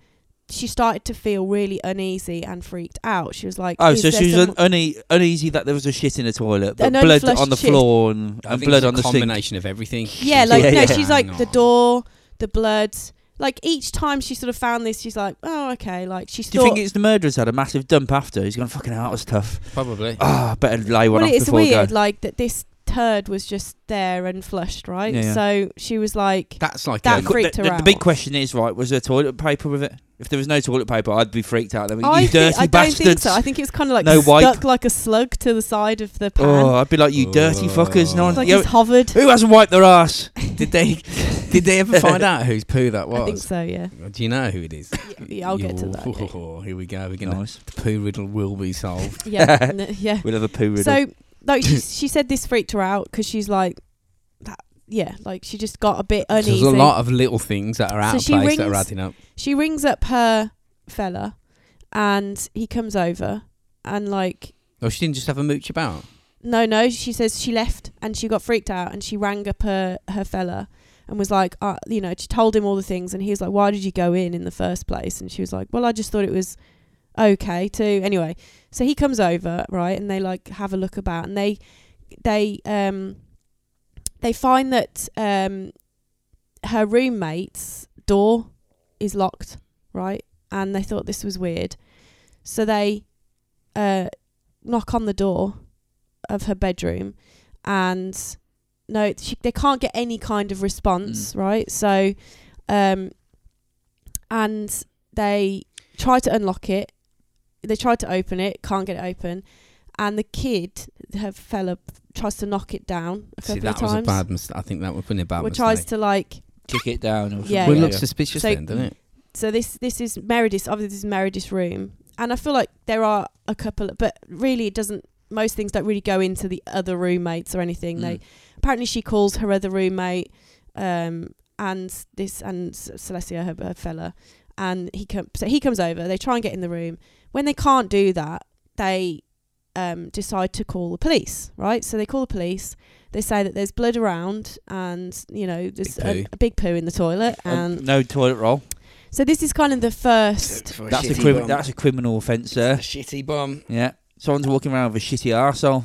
she started to feel really uneasy and freaked out. She was like, Oh, "Is so there she was some- un- une- uneasy that there was a shit in the toilet, but An blood unflushed on the shit. floor and, I and think blood it's on a the sink. combination of everything. yeah, like Yeah, no, yeah. she's like the Hang on. door, the blood. Like each time she sort of found this, she's like, oh okay, like she's Do you thought. think it's the murderer's had a massive dump after? He's gone fucking out. That was tough. Probably. Ah, better lay one well, off it's before weird, I go. like that this turd was just there and flushed, right? Yeah, yeah. So she was like, That's like That um, freak- freaked the, her the, the out. big question is, right? Was there toilet paper with it? If there was no toilet paper, I'd be freaked out. I'd be, I, you thi- dirty I don't bastards! think so. I think it was kind of like No wipe. stuck like a slug to the side of the pan. oh, I'd be like, you dirty fuckers! No one, It's like yo, it's hovered. who hasn't wiped their *laughs* ass? Did they? Did they ever find out whose poo that I think was? so, yeah. Do you know who it is? Yeah, yeah, I'll get to that. yeah. Oh, *laughs* here we go. We're gonna *laughs* nice. the poo riddle will be solved. *laughs* Yeah, *laughs* n- yeah. We'll have a poo riddle. So, *laughs* like, she, she said this freaked her out because she's like, that, yeah, like she just got a bit uneasy. There's a lot of little things that are out So of she place that are rings- adding up. she rings up her fella, and he comes over, and like, Oh, she didn't just have a mooch about. no, no, she says she left and she got freaked out and she rang up her her fella. And was like, uh, you know, she told him all the things, and he was like, "Why did you go in in the first place?" And she was like, "Well, I just thought it was okay to." Anyway, so he comes over, right, and they like have a look about, and they they um they find that um her roommate's door is locked, right, and they thought this was weird, so they uh knock on the door of her bedroom, and no, she, they can't get any kind of response, right? So, um, and they try to unlock it. They try to open it, can't get it open, and the kid, her fella, tries to knock it down a couple See, that of was a times. bad mistake. I think that would have been a bad Or mistake. tries to like. kick it down. Or Yeah, well, it yeah, looks suspicious So- then, doesn't it? So this this is Meredith's. Obviously, this is Meredith's room, and I feel like there are a couple, but really, it doesn't. Most things don't really go into the other roommates or anything. They Mm. apparently she calls her other roommate um and this and S- Celestia her, her fella and he comes so he comes over they try and get in the room when they can't do that they um decide to call the police right so they call the police they say that there's blood around and you know there's Big a, poo. a big poo in the toilet and Um, no toilet roll. so this is kind of the first That's a criminal. That's a criminal offence, sir. shitty bomb. Yeah. Someone's walking around with a shitty arsehole.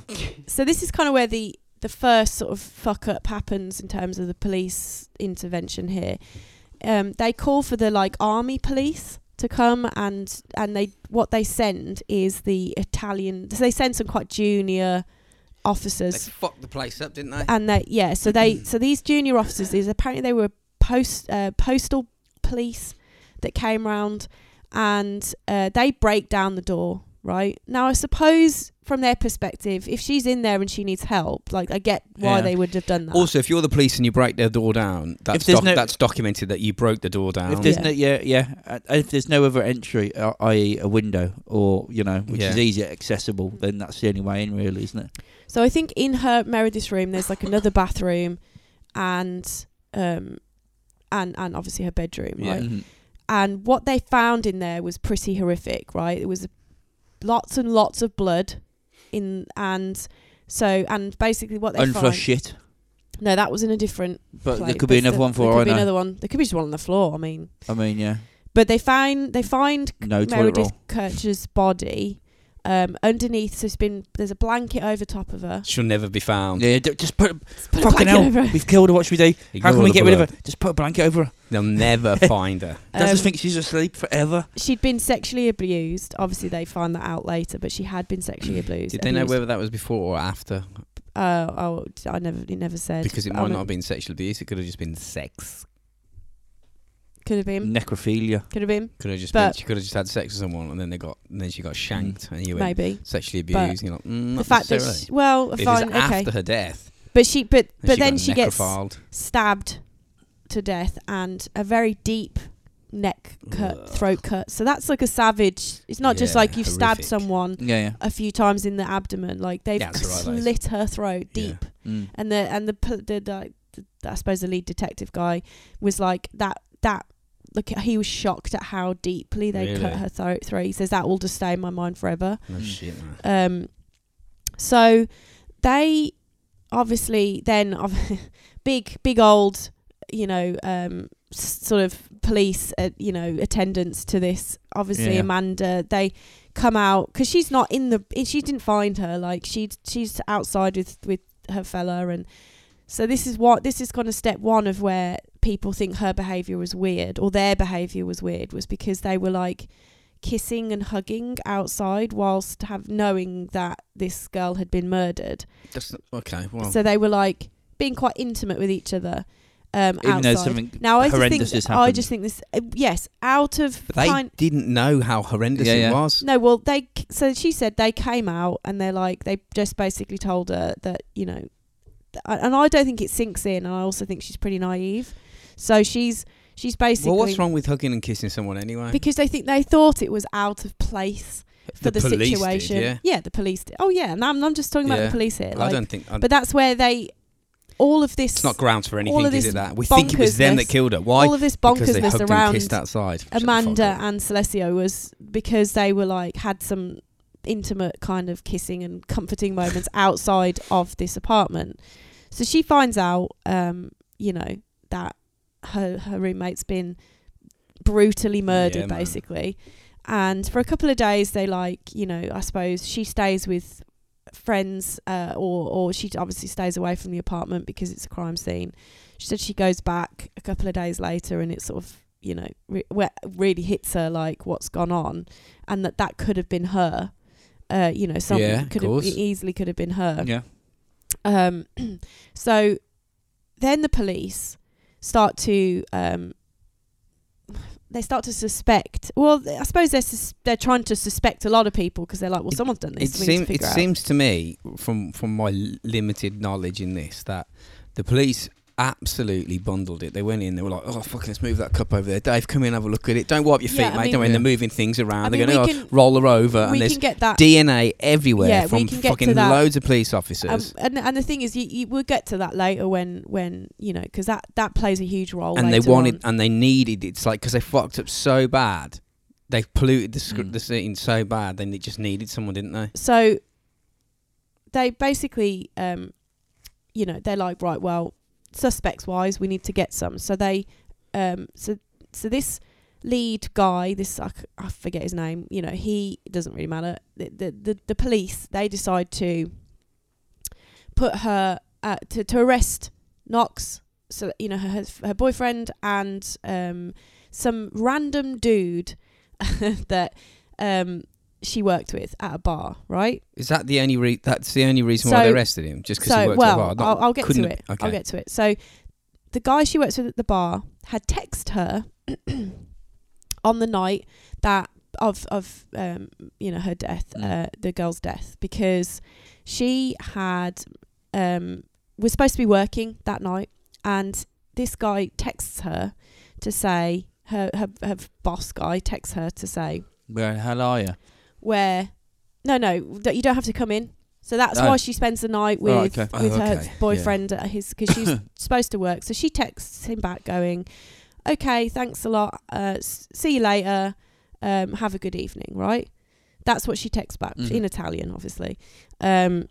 so this is kind of where the the first sort of fuck up happens in terms of the police intervention here. Um, they call for the like army police to come and and they what they send is the Italian. So they send some quite junior They officers fucked the place up, didn't they? and they yeah. So they Mm-hmm. so these junior officers is apparently they were post uh, postal police that came round and uh, they break down the door right now i suppose from their perspective if she's in there and she needs help like i get why Yeah. they would have done that Also, if you're the police and you break their door down, that's, there's doc- no- that's documented that you broke the door down. If there's Yeah. no, yeah, yeah. Uh, If there's no other entry, uh, i.e., a window or you know, which Yeah. is easier accessible, then that's the only way in, really, isn't it? so i think in her meredith's room there's like another bathroom and um and and obviously her bedroom Yeah. right Mhm. and what they found in there was pretty horrific right it was lots and lots of blood in and so and basically what they Unflushed found shit, no that was in a different but there plate, could be but another the- one for there all I could be know. another one there could be just one on the floor i mean I mean, yeah, But they find they find no toilet Meredith roll. Kircher's body um, underneath. So it's been there's a blanket over top of her. She'll never be found. Yeah, d- just put a Let's put a fucking blanket hell. over her. We've killed her. What should we do? How Ignore can we the get rid of blood. her? Just put a blanket over her. *laughs* They'll never find her. Dad just Um, thinks she's asleep forever. She'd been sexually abused. Obviously, they find that out later. But she had been sexually abused. Did they know abused. whether that was before or after? Uh, oh, I never. It never said Because it I might mean, not have been sexual abuse. It could have just been sex. Could have been. Necrophilia. Could have been. Could have just But- Mm. been, she could have just had sex with someone and then they got and then she got shanked and you went Maybe. sexually abused. But and you're like, mm, the fact that she, well, if fine, it's okay. after her death, But she, but but then got she gets necrophiled. stabbed to death and a very deep neck cut, Ugh. throat cut. So that's like a savage. It's not just Yeah, like you've stabbed horrific. someone Yeah, a few times in the abdomen. Like they've Yeah, it's alright, that is. slit her throat Yeah. deep, yeah. Mm. and the and the, pl- the, the, the I suppose the lead detective guy was like that that look, he was shocked at how deeply they Really? cut her throat through. He says that will just stay in my mind forever. No Mm. Oh, shit, man. Um, so they obviously then *laughs* big big old you know um, s- sort of police uh, you know attendants to this. Obviously Yeah. Amanda they come out because she's not in the she didn't find her like she she's outside with with her fella and so this is what this is kind of step one of where people think her behavior was weird or their behavior was weird was because they were like kissing and hugging outside whilst have knowing that this girl had been murdered. Just okay. Well, So they were like being quite intimate with each other um, Even though outside. something now I just think horrendous has happened. I just think this uh, yes out of but they kind- didn't know how horrendous Yeah, it yeah. was. no well they c- so she said they came out and they're like they just basically told her that you know th- and I don't think it sinks in and I also think she's pretty naive so she's she's basically Well, what's wrong with hugging and kissing someone anyway? because they think they thought it was out of place for the, police did, situation. yeah. the police. Did. Oh yeah, and I'm, I'm just talking about Yeah. the police here. I like- don't think. I, but that's where they, all of this, it's not grounds for all anything, of is this it? That we think it was them that bonkersness- killed her. Why? all of this because they bonkersness hugged and kissed around outside. Shut the fuck Amanda up. and Celestio was because they were like had some intimate kind of kissing and comforting *laughs* moments outside of this apartment. So she finds out, um, you know, that her her roommate's been brutally murdered, Yeah, man. basically. And for a couple of days, they like, you know, I suppose she stays with friends, uh, or or she obviously stays away from the apartment because it's a crime scene. She said she goes back a couple of days later, and it sort of, you know, re- where- really hits her like what's gone on, and that that could have been her. Uh, you know, something Yeah, of could have, course. it easily could have been her. yeah. Um, *clears throat* so then the police start to um, they start to suspect. Well, I suppose they're sus- they're trying to suspect a lot of people because they're like, well, It- someone's done this. It we need to seems. It figure out. seems to me, from from my l- limited knowledge in this, that the police absolutely bundled it. They went in. They were like, "Oh, fucking, let's move that cup over there, Dave. Come in, have a look at it. Don't wipe your feet, Yeah, I mate. mean- Don't worry." Yeah. They're moving things around. I they're mean, we going, "Oh, can- roll her over," and we there's can get that. DNA everywhere Yeah, we from can get to fucking that. loads of police Um, officers. and and the thing is, you, you we'll get to that later when when you know because that that plays a huge role. and they later wanted on. and they needed it's like because they fucked up so bad they polluted the script Mm. the scene so bad then they just needed someone didn't they so they basically um you know they're like right well suspects wise we need to get some so they um so so this lead guy this I, c- I forget his name you know he it doesn't really matter the the the, the police they decide to put her uh, to to arrest Knox so you know her her, her boyfriend and um some random dude *laughs* that um she worked with at a bar right is that the only re- that's the only reason why So- they arrested him just because he worked well, at a bar I'll, I'll get couldn't to have- it. okay. I'll get to it. So, the guy she works with at the bar had texted her *clears throat* on the night that of of um, you know her death, Mm. uh, the girl's death, because she had um, was supposed to be working that night, and this guy texts her to say her her, her boss guy texts her to say Where the hell are you? where no no that you don't have to come in so that's No. why she spends the night with All right, okay. Oh, with okay. her boyfriend at his because *laughs* she's supposed to work so she texts him back going okay thanks a lot uh, s- see you later um, have a good evening right that's what she texts back Mhm. in italian obviously um,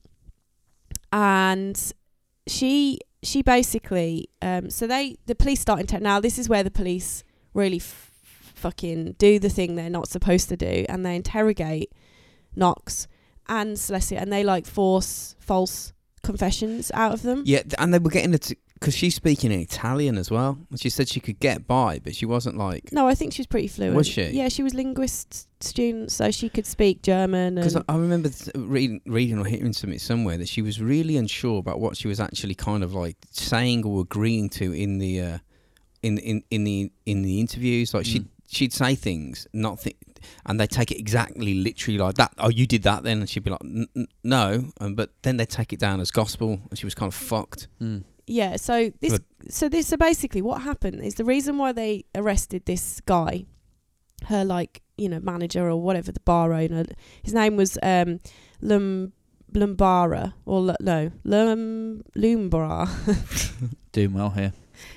and she she basically um, so they the police start into now this is where the police really f- fucking do the thing they're not supposed to do and they interrogate Knox and Celestia and they like force false confessions out of them. yeah th- and they were getting it because she's speaking in italian as well and she said she could get by but she wasn't like No, I think she was pretty fluent. Was she? Yeah, she was linguist student, so she could speak German because I and I remember th- reading, reading or hearing something somewhere that she was really unsure about what she was actually kind of like saying or agreeing to in the uh, in in in the in the interviews. Like she'd Mm. she'd say things, not thi- and they take it exactly literally like that. Oh, you did that then, and she'd be like, "N- n- no, and but then they take it down as gospel, and she was kind of fucked. Mm. yeah. So this, so this, so basically, what happened is the reason why they arrested this guy, her like you know manager or whatever the bar owner. His name was um, Lum Lumbara *laughs* or L- no Lum Lumbara. Doing well here.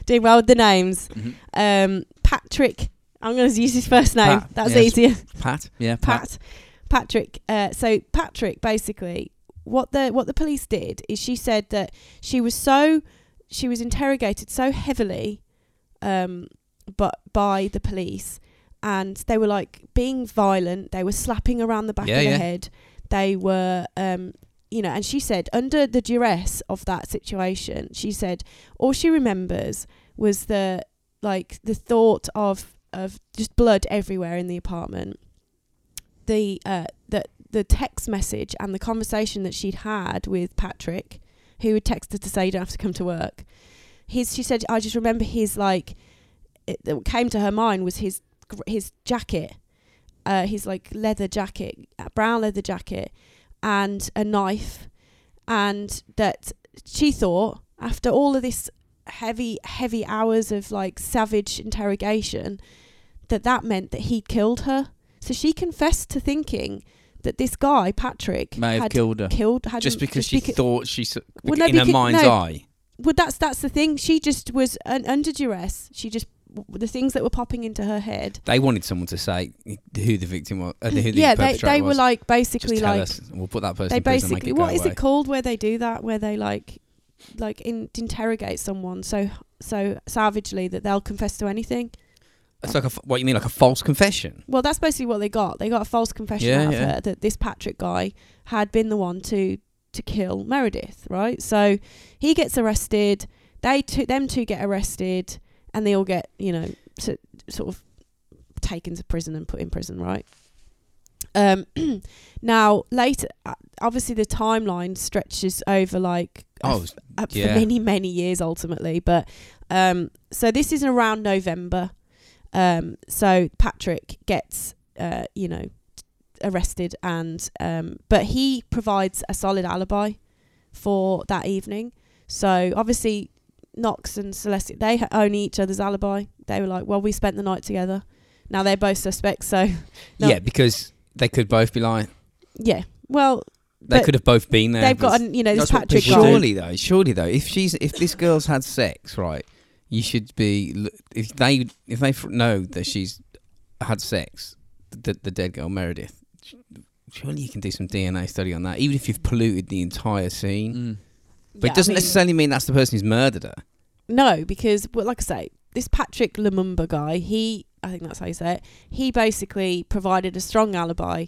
Doing well with the names. Mhm. Um, Patrick. I'm going to use his first name. Pat, That's yes. easier. Pat. Yeah, Pat. Pat. Patrick. Uh, so Patrick, basically, what the what the police did is she said that she was so she was interrogated so heavily, um, but by the police, and they were like being violent. They were slapping around the back Yeah, of yeah. the head. They were, um, you know, and she said under the duress of that situation, she said all she remembers was the like the thought of of just blood everywhere in the apartment the uh, the the text message and the conversation that she'd had with Patrick, who had texted to say you don't have to come to work. His she said I just remember his like it, that came to her mind was his gr- his jacket, uh, his like leather jacket, uh, brown leather jacket, and a knife, and that she thought after all of this heavy heavy hours of like savage interrogation that that meant that he'd killed her so she confessed to thinking that this guy Patrick May have had killed her. killed had Just because she beca- thought she s- Well, no, in her because- mind's no. eye. well that's that's the thing she just was un- under duress she just w- the things that were popping into her head They wanted someone to say who the victim was. *clears throat* Uh, who the yeah they, perpetrator they was. were like Just basically tell like us. and We'll put that person they in prison. and Make basically it what go is away. it called where they do that where they like like in, interrogate someone so so savagely that they'll confess to anything It's like a f- what you mean, like a false confession. well that's basically what they got they got a false confession Yeah, out yeah. of her that this patrick guy had been the one to to kill meredith right so he gets arrested they two them two get arrested and they all get you know to, sort of taken to prison and put in prison right um *clears throat* now later uh, obviously the timeline stretches over like a Oh, it's- up Yeah. for many many years ultimately but um so this is around november um so patrick gets uh you know arrested and um but he provides a solid alibi for that evening so obviously knox and celeste they ha- own each other's alibi they were like well we spent the night together now they're both suspects so *laughs* No. yeah, because they could both be lying. yeah well They But could have both been there. they've got There's- an, you know this That's what patrick people guy do. surely though, surely though, if she's if this girl's had sex, right, you should be l- if they if they f- know that she's had sex, the the dead girl Meredith. sh- Surely you can do some DNA study on that, even if you've polluted the entire scene. Mm. But Yeah, I it doesn't mean- necessarily mean that's the person who's murdered her. No, because well, like I say, this Patrick Lumumba guy, he I think that's how you say it. He basically provided a strong alibi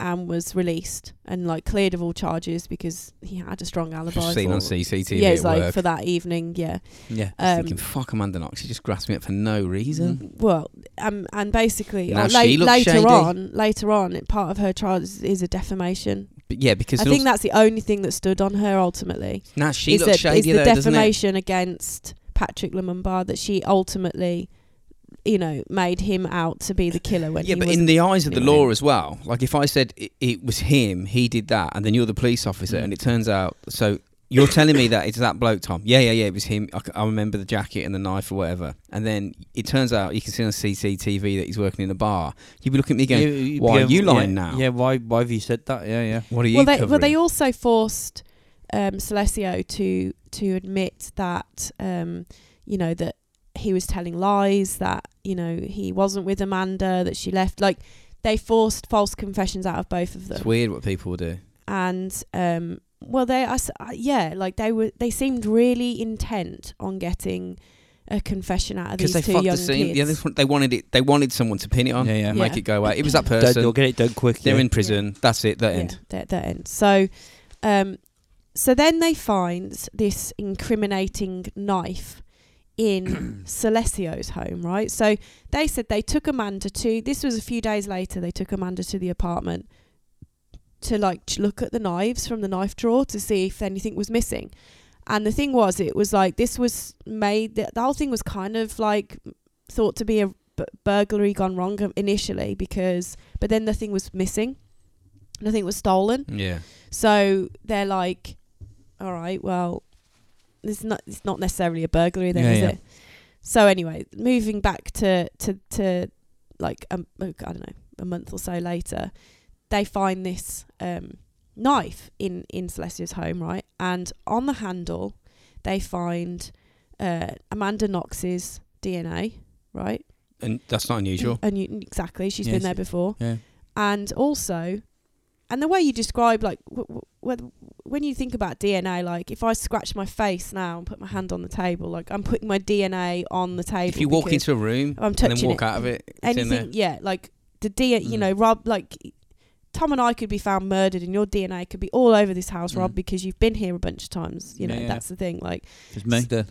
and was released and like cleared of all charges because he had a strong alibi. Seen for- on CCTV yeah, at it's like work. for that evening, yeah. Yeah. Just Um, Mm. thinking, fuck Amanda Knox, she just grasped me up for no reason. well, um, and basically, Now uh, she looks later shady. on, later on, it- part of her charge is, is a defamation. But yeah, because I think that's the only thing that stood on her ultimately. now she is, looks that- is shady the though, doesn't it? defamation against Patrick Lumumba that she ultimately, you know, made him out to be the killer when yeah, he but was in the eyes of the you know. law as well. Like if I said it, it was him, he did that, and then you're the police officer, Mm. and it turns out so. You're telling me that it's that bloke, Tom. Yeah, yeah, yeah. It was him. I, c- I remember the jacket and the knife or whatever. And then it turns out you can see on CCTV that he's working in a bar. You'd be looking at me going, you- why are you lying yeah, now? Yeah, why why have you said that? Yeah, yeah. "What are you well, they, covering?" well, they also forced um, Celesio to to admit that um, you know that he was telling lies, that you know he wasn't with Amanda, that she left. Like they forced false confessions out of both of them. it's weird what people will do. and um well they I s- I- yeah like they were they seemed really intent on getting a confession out of these Because two they fucked young the scene. kids Yeah, they, want- they wanted it. They wanted someone to pin it on Yeah, yeah. and make Yeah. it go away. It was that Don't, they'll person. get it done quick. They're yeah. in prison. That's it. That end. Yeah, that, that end. So, um, so then they find this incriminating knife *coughs* in Celestio's home, right? So they said they took Amanda to. This was a few days later. They took Amanda to the apartment to like ch- look at the knives from the knife drawer to see if anything was missing. And the thing was, it was like this was made. The, the whole thing was kind of like thought to be a bu- burglary gone wrong initially because, but then nothing was missing nothing was stolen. yeah. So they're like, all right, well, it's not it's not necessarily a burglary then, Yeah, is yeah. it? So anyway, moving back to to to like um, like, I don't know a month or so later, they find this um, knife in in Celestia's home, right? And on the handle, they find uh, Amanda Knox's DNA, right? and that's not unusual. And you, exactly, she's Yes. been there before. Yeah. And also, and the way you describe, like, w- w- whether- when you think about DNA, like, if I scratch my face now and put my hand on the table, like, I'm putting my DNA on the table. If you walk because- into a room I'm and then Oh, touching walk it. out of it, it's in there. anything yeah like the d you Mm. know rob like tom and i could be found murdered and your dna could be all over this house rob Mm. because you've been here a bunch of times you know Yeah, yeah. that's the thing like It's me. Then.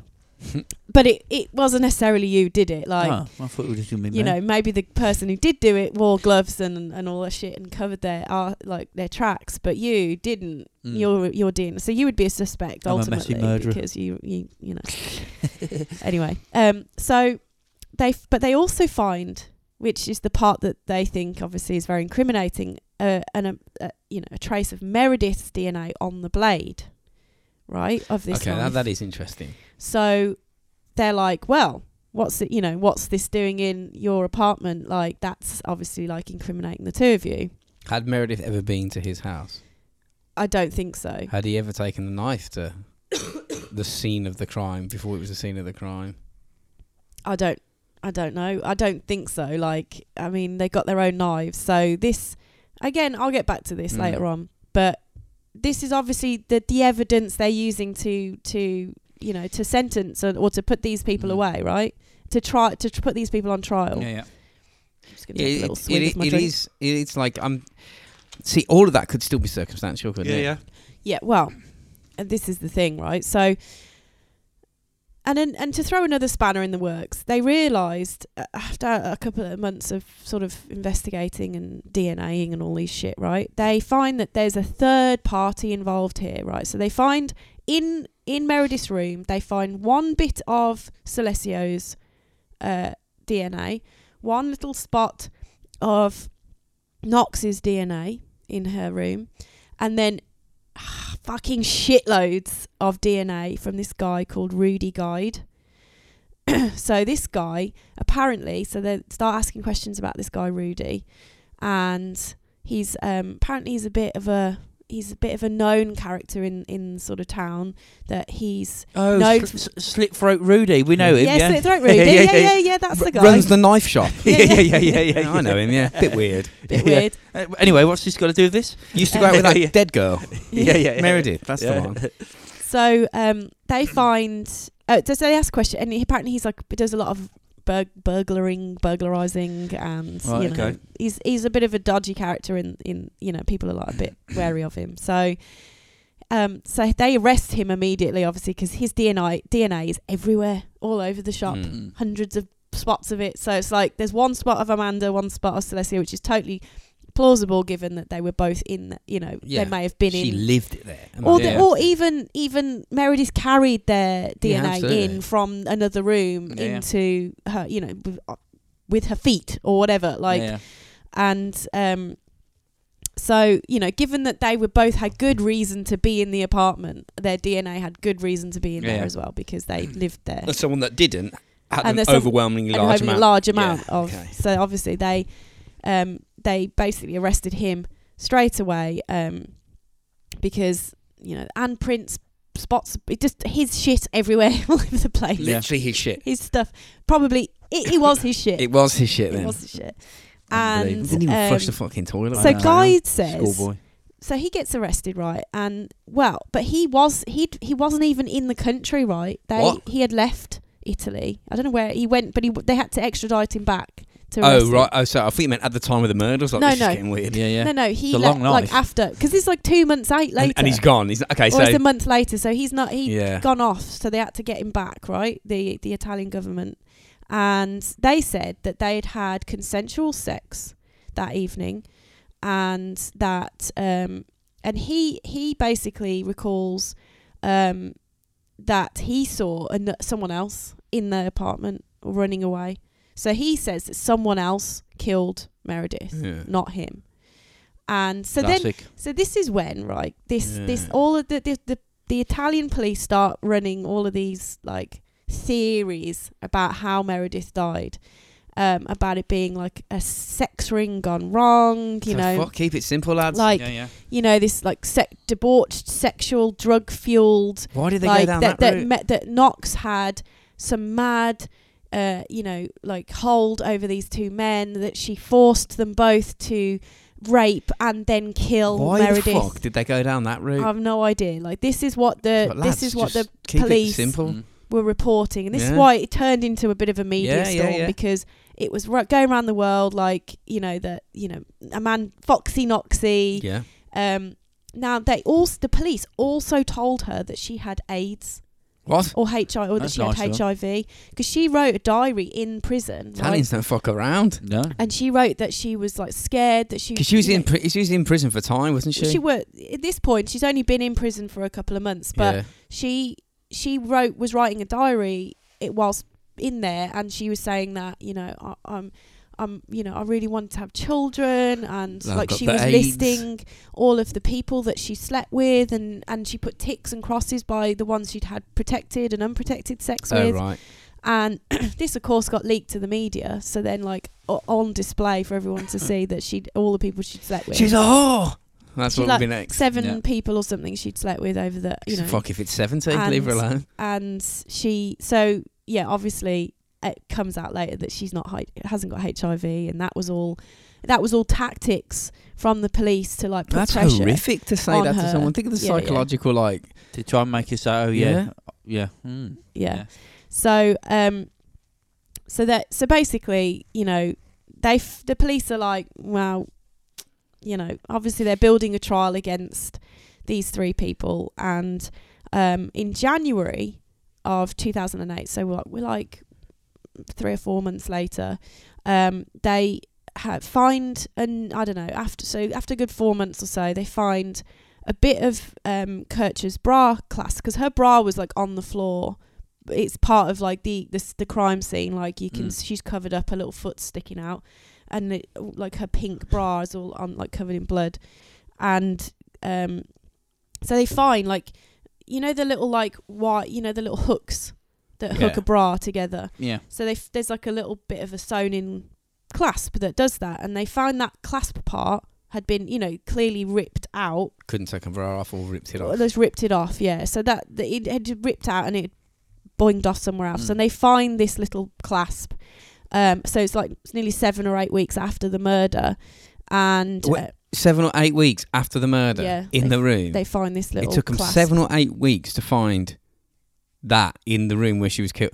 but it, it wasn't necessarily you did it like Ah, I thought it was just gonna be you me. know maybe the person who did do it wore gloves and and all that shit and covered their uh, like their tracks but you didn't Mm. your your dna so you would be a suspect I'm a messy ultimately murderer. because you you you know anyway um so they f- but they also find which is the part that they think obviously is very incriminating uh, an um, uh, you know a trace of meredith's dna on the blade right of this Okay, knife. that, that is interesting. So they're like, well, what's it, you know, what's this doing in your apartment? Like, that's obviously like incriminating the two of you. Had Meredith ever been to his house? I don't think so. Had he ever taken the knife to the scene of the crime before it was the scene of the crime? I don't, I don't know. I don't think so. Like, I mean, they got their own knives. So this, again, I'll get back to this Mm. later on, but this is obviously the, the evidence they're using to, to, you know, to sentence or, or to put these people Mm. away, right? To try to tr- put these people *laughs* on trial. Yeah, yeah. I'm just gonna take a little swig of my it drink. is. It's like I'm. See, all of that could still be circumstantial, couldn't it? Yeah, well, and this is the thing, right? So, and then, and to throw another spanner in the works, they realised uh, after a couple of months of sort of investigating and DNAing and all these shit, right? They find that there's a third party involved here, right? So they find in in Meredith's room, they find one bit of Celestio's uh, DNA, one little spot of Knox's DNA in her room, and then fucking shitloads of DNA from this guy called Rudy Guide. *clears throat* so this guy apparently, so they start asking questions about this guy Rudy, and he's um, apparently he's a bit of a he's a bit of a known character in in sort of town that he's Oh, No. sl- s- Slit Throat Rudy. We know him. yeah, Yeah, Slit *laughs* Throat Rudy yeah yeah yeah, that's the R- guy runs the *laughs* knife shop. yeah, *laughs* yeah, yeah, yeah, yeah. I know him. Yeah, bit weird. *laughs* bit yeah. weird Uh, anyway, what's this got to do with this? Used *laughs* to go out with that Yeah. dead girl, *laughs* Yeah, yeah, yeah. Meredith. That's Yeah. the *laughs* one. so um they Mm-hmm. find oh so they ask a question and he, apparently he's like does a lot of burg- burglaring burglarizing and Right, you know okay. he's he's a bit of a dodgy character in in you know people are like a *coughs* bit wary of him so um so they arrest him immediately obviously because his dna dna is everywhere all over the shop Mm. Mm. hundreds of spots of it. So it's like there's one spot of Amanda, one spot of Celestia, which is totally plausible given that they were both in. You know, Yeah. they may have been She in. lived it there. Or, Yeah. the, or even even Meredith carried their Yeah, DNA absolutely. in from another room Yeah, yeah. into her, you know, with, uh, with her feet or whatever. Like, yeah. and um, so you know, given that they were both had good reason to be in the apartment, their DNA had good reason to be in Yeah. there as well because they lived *laughs* there And someone that didn't had And an there's some- overwhelmingly an large overly amount. large Yeah, amount of. okay. So obviously they, um, they basically arrested him straight away, um, because you know, and Prince spots it just his shit everywhere *laughs* all over the place. Literally his shit. His stuff probably it, it was his shit. *laughs* It was his shit It then. was his shit. And didn't even flush the um, fucking toilet. so Wow. Guide says Schoolboy. so he gets arrested, right? And well, but he was he he wasn't even in the country, right? They What? he had left Italy. I don't know where he went, but he they had to extradite him back to. arrest Oh him. right. Oh, so I thought you meant at the time of the murder. I was like, No, this no. is getting weird. Yeah, yeah. No, no, he It's a left, long like life. after because it's like two months eight later, And, and he's gone. He's or okay. it's a So month later, so he's not he yeah. gone off, so they had to get him back, right? The the Italian government, and they said that they had had consensual sex that evening, and that um and he he basically recalls um that he saw an, someone else in their apartment running away, so he says that someone else killed Meredith, Yeah. not him, and so then Classic. so this is when, right? This this Yeah. all of the the, the the Italian police start running all of these like theories about how Meredith died, um, about it being like a sex ring gone wrong. You So know, fuck, keep it simple, lads. like yeah, yeah. you know this like sec- debauched, sexual, drug fueled Why did they like go down that that, that, route? me- that Knox had some mad, uh, you know, like hold over these two men that she forced them both to rape and then kill Why Meredith. the fuck did they go down that route? I have no idea. Like this is what the But this lads, is what the just keep police It simple. Mm. were reporting, and this is Yeah. why it turned into a bit of a media Yeah, yeah, storm yeah. because it was ru- going around the world like you know that you know a man Foxy Noxy. Yeah. Um, now they also the police also told her that she had AIDS What? or HIV or that That's she nice had of HIV because she wrote a diary in prison. right? Italians don't fuck around. No. And she wrote that she was like scared that she Because she was you in, know, pri- she was in prison for time, wasn't she? she were at this point she's only been in prison for a couple of months, but yeah. she she wrote was writing a diary it whilst in there and she was saying that you know I, i'm i'm you know i really wanted to have children and I've like got she the was AIDS. listing all of the people that she slept with and and she put ticks and crosses by the ones she'd had protected and unprotected sex Oh with right. and *clears throat* this of course got leaked to the media so then like o- on display for everyone to see that she'd all the people she'd slept with She's a whore. That's She's what like will be next. seven yeah. people or something she'd slept with over the you know fuck if it's seventeen, leave her and- alone. and she so yeah obviously it comes out later that she's not hi- hasn't got HIV and that was all that was all tactics from the police to like put That's pressure horrific to say on that her. to someone. Think of the Yeah, yeah. psychological, like To try and make us say, oh yeah, yeah, Mm. yeah. Yeah. so um so that so basically you know they f- the police are like well you know obviously they're building a trial against these three people and um in January of 2008 so we're like, we're like three or four months later um they ha- find and I don't know after so after a good four months or so they find a bit of um Kircher's bra class because her bra was like on the floor it's part of like the the, s- the crime scene like you can Mm. she's covered up her little foot sticking out and it, like her pink bra is all on like covered in blood and um so they find like you know the little like white you know the little hooks that hook Yeah. a bra together yeah. so they f- there's like a little bit of a sewn in clasp that does that, and they found that clasp part had been, you know, clearly ripped out. couldn't take her bra off or ripped it Well, off. Just ripped it off, yeah. So that, that it had ripped out and it boinged off somewhere else, Hmm. Mm. and they find this little clasp. Um, so it's like it's nearly seven or eight weeks after the murder, and Wait, uh, Seven or eight weeks after the murder, Yeah, in the room, they find this it little. took them clasp. seven or eight weeks to find that in the room where she was killed.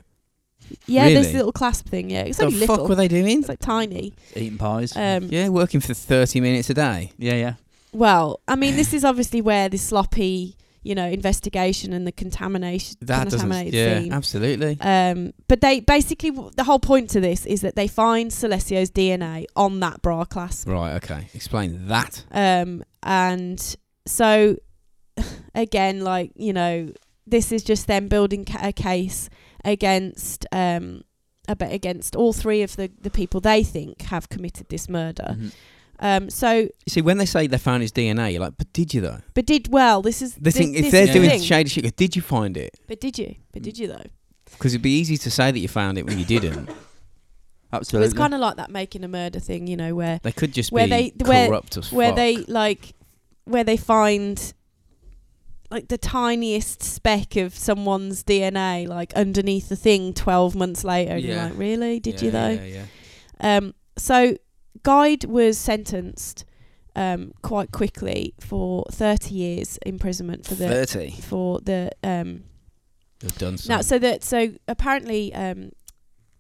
Yeah, this really? little clasp thing. Yeah, it's the only fuck little. were they doing? It's like tiny. Eating pies. Um, yeah, working for thirty minutes a day. yeah, yeah. Well, I mean, this is obviously where the sloppy, you know, investigation and the contamination That doesn't. contaminated Yeah, scene. absolutely. Um, but they basically w- the whole point to this is that they find Celestio's DNA on that bra clasp, Right. Okay. Explain that. um, and so *sighs* again, like you know, this is just them building ca- a case against um, a bit against all three of the the people they think have committed this murder. Mhm. Um, so, You see, when they say they found his DNA, you're like, but did you though? but did well. This is They this, think if this they're is the doing thing. shady shit, did you find it? But did you? But did you though? Because it'd be easy to say that you found it when you *laughs* didn't. Well, Absolutely. it's kind of like that making a murder thing, you know, where They could just Where be they- where- corrupt as where fuck. they like where they find like the tiniest speck of someone's DNA like underneath the thing 12 months later and you're Yeah. like really did you Yeah, though Yeah, yeah. um so guide was sentenced um quite quickly for 30 years imprisonment for the Thirty. for the um They've done now, so that so apparently, um,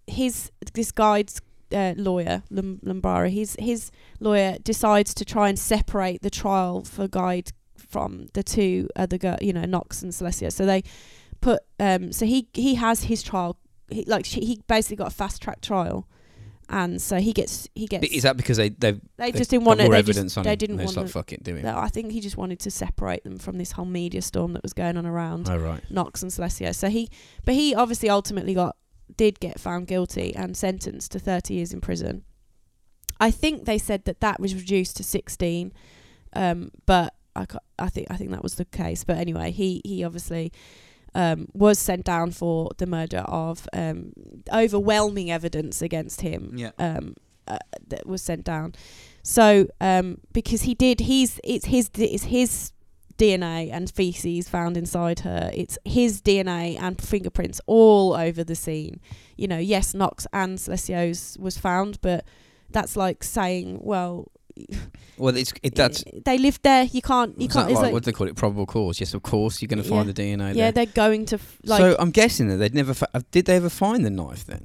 his this guide's uh, lawyer Lum- Lumbara, his his lawyer decides to try and separate the trial for Guide from the two other girl, you know, Knox and Celestia. So they put um, so he he has his trial, he, like she, he basically got a fast track trial, and so he gets he gets Is that because they they they they just didn't got want it. more They evidence just on they him, didn't and want. they to- start fucking doing it? No, I think he just wanted to separate them from this whole media storm that was going on around. Oh right. Knox and Celestio. So he, but he obviously ultimately got did get found guilty and sentenced to 30 years in prison. I think they said that that was reduced to 16, um, but I, ca- I think I think that was the case. But anyway, he he obviously um, was sent down for the murder of um, overwhelming evidence against him Yeah. um, uh, that was sent down. So um, because he did, he's it's his it's his DNA and feces found inside her. It's his DNA and fingerprints all over the scene. You know, yes, Knox and Celestio's was found, but that's like saying, well, eh, Well, it's it, that's they lived there. You can't. You it's not can't. It's like, like, what do they call it? Probable cause. Yes, of course you're going to find Yeah. the DNA. yeah, there. they're going to f- like. so I'm guessing that they'd never. Fa- uh, did they ever find the knife then?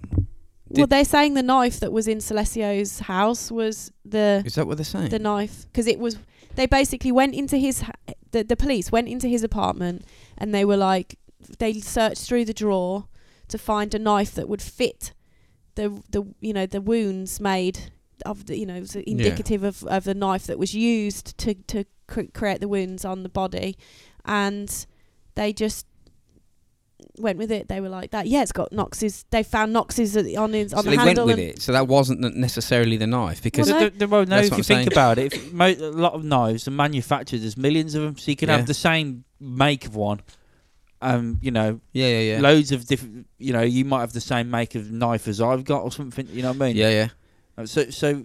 well, did- they're saying the knife that was in Celestio's house was the Is that what they're saying? the knife because it was. They basically went into his. h- The the police went into his apartment and they were like they searched through the drawer to find a knife that would fit the the you know the wounds made of the you know so indicative of, of the knife that was used to to cr- create the wounds on the body and they just went with it they were like that yeah it's got Knox's they found Knox's uh, on his on the so they went handle with and it. So that wasn't n- necessarily the knife because Well, There- there- there are- no, That's if what you I'm think saying. about it, if mo- a lot of knives are manufactured. There's millions of them, so you can Yeah. have the same make of one. Um, you know, yeah, yeah, yeah, loads of different. You know, you might have the same make of knife as I've got, or something. You know what I mean? yeah, yeah. Uh, So, so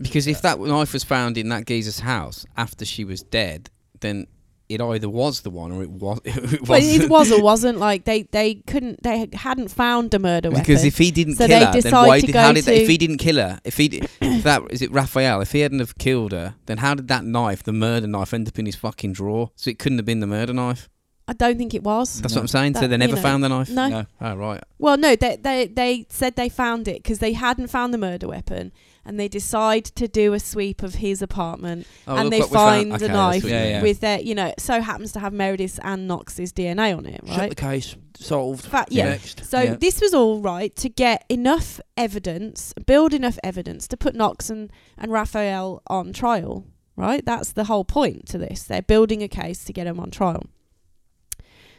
Because if that knife was found in that geezer's house after she was dead, then it either was the one or *laughs* it was. It well, wasn't. it was or wasn't like they they couldn't they hadn't found a murder weapon Because if he didn't So kill they her, then decide why to did, how go did they, if to- he didn't kill her, if *coughs* he di- if that is it Raphael, if he hadn't have killed her, then how did that knife, the murder knife, end up in his fucking drawer? So it couldn't have been the murder knife. I don't think it was That's No. what I'm saying. so That- they you never know, found the knife. no no. Oh right. Well, no, they they they said they found it because they hadn't found the murder weapon, and they decide to do a sweep of his apartment Oh, and look they what we found. find Okay, the that's knife what you Yeah, mean. yeah. with their, you know, it so happens to have Meredith's and Knox's DNA on it, Shut the right? case. Solved. Fa- yeah. Next. So Yeah. this was all right to get enough evidence, build enough evidence to put Knox and and Raphael on trial, right? That's the whole point to this. They're building a case to get him on trial.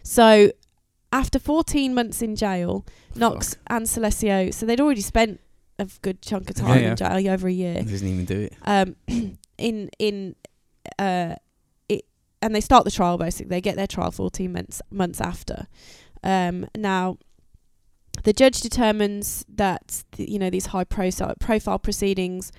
So after 14 months in jail, Knox and Celestio, so they'd already spent a good chunk of Yeah, time yeah. in jail, over a year. He doesn't even do it. Um, *clears throat* in in uh, it, and they start the trial basically. They get their trial 14 months months after. Um, now, the judge determines that th- you know these high profile profile proceedings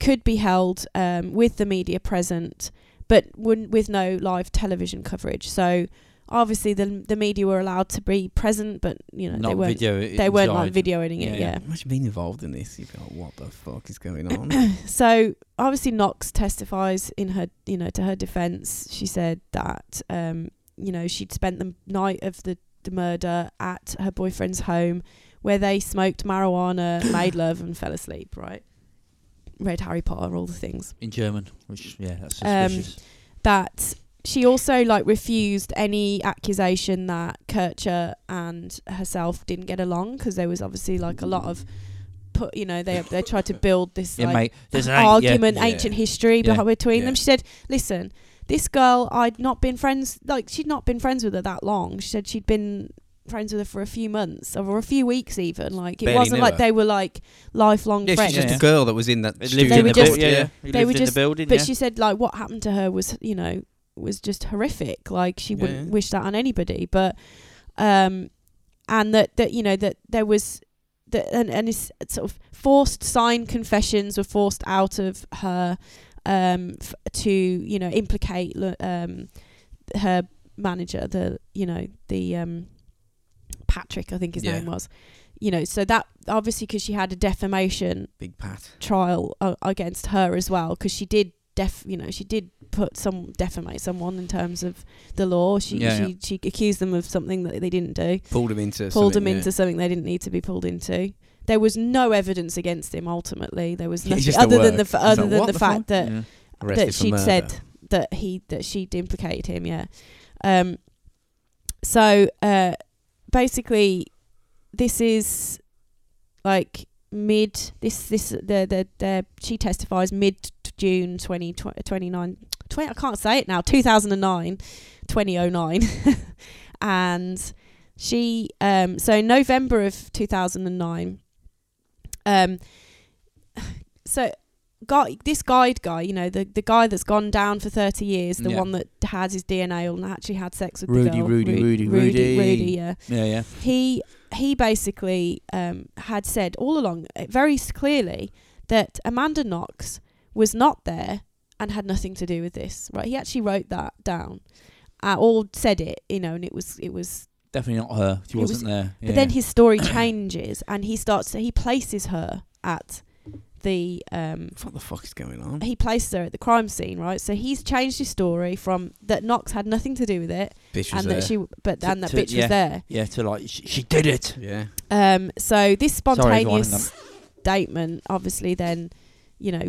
could be held um, with the media present, but wouldn't, with no live television coverage. So. Obviously, the the media were allowed to be present, but you know they Not weren't. video. They weren't like videoing Yeah, it. yeah. Yeah. Imagine being involved in this. You'd be like, what the fuck is going on? So obviously Knox testifies in her, you know, to her defense. She said that, um, you know, she'd spent the night of the, the murder at her boyfriend's home, where they *laughs* smoked marijuana, made love, and fell asleep. Right. Read Harry Potter, all the things in German, which yeah, that's Um, suspicious. that she also like refused any accusation that Kircher and herself didn't get along because there was obviously like a lot of put you know they they tried to build this yeah, like mate. There's an eight, yeah. argument, yeah. ancient history Yeah, behi- between yeah. them. She said, "Listen, this girl, I'd not been friends like she'd not been friends with her that long. She said she'd been friends with her for a few months or a few weeks even. Like it Barely wasn't knew like her. they were like lifelong yeah, friends. she's just Yeah. a girl that was in that. It stupid lived They in were the book, just- building. Yeah, yeah. It they lived were in just- the building. But yeah. she said like what happened to her was you know was just horrific. Like she Yeah, wouldn't yeah. wish that on anybody. But um, and that that you know that there was that and and is sort of forced signed confessions were forced out of her um f- to you know implicate l- um her manager the you know the um Patrick I think his Yeah. name was. You know, so that obviously because she had a defamation Big Pat. trial uh, against her as well because she did def you know she did put some defamate someone in terms of the law she Yeah, she, yeah. she accused them of something that they didn't do Pulled him into. pulled them something, yeah. into something they didn't need to be pulled into there was no evidence against him ultimately there was He's nothing just a other than the work. f- He's other like, than "What the, the fuck?" fact that Yeah. Arrested that for she'd murder. said that he that she'd implicated him. Yeah. Um. So uh, basically, this is like mid this this the the, the she testifies mid June 20, 29 20, I can't say it now 2009 2009 *laughs* and she um so in November of 2009 um *sighs* so guy, this guide guy, you know, the, the guy that's gone down for 30 years, the Yeah. one that had his DNA and actually had sex with the Rudy, girl. Rudy, Ru- Rudy, Rudy, Rudy. Rudy, yeah. Yeah, yeah. He, he basically um, had said all along, uh, very s- clearly, that Amanda Knox was not there and had nothing to do with this, right? He actually wrote that down. Uh, or said it, you know, and it was it was Definitely not her. She It wasn't was- there. but then his story changes, and he starts. He places her at the. Um, What the fuck is going on? he places her at the crime scene, right? So he's changed his story from that Knox had nothing to do with it, Bitch and was that there. she, but To- and that to- bitch yeah. was there. yeah, to like she, she did it. Yeah. Um, so this Sorry, go on, hang on. spontaneous statement, obviously, then you know,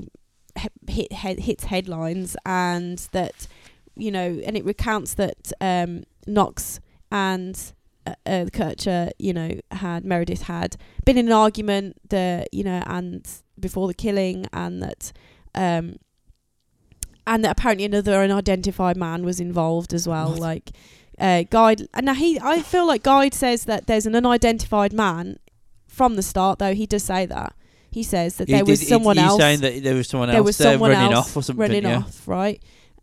he- hit, he- hits headlines, and that you know, and it recounts that um, Knox and uh, uh, Kircher, you know, had Meredith had been in an argument, the you know, and before the killing, and that. Um, and that apparently another unidentified man was involved as well. What? Like, uh, guide. And now he, I feel like guide says that there's an unidentified man from the start, though he does say that. He says that He there did- was he- someone he's else saying that there was someone there else was there someone running else off or something. running yeah. off, right?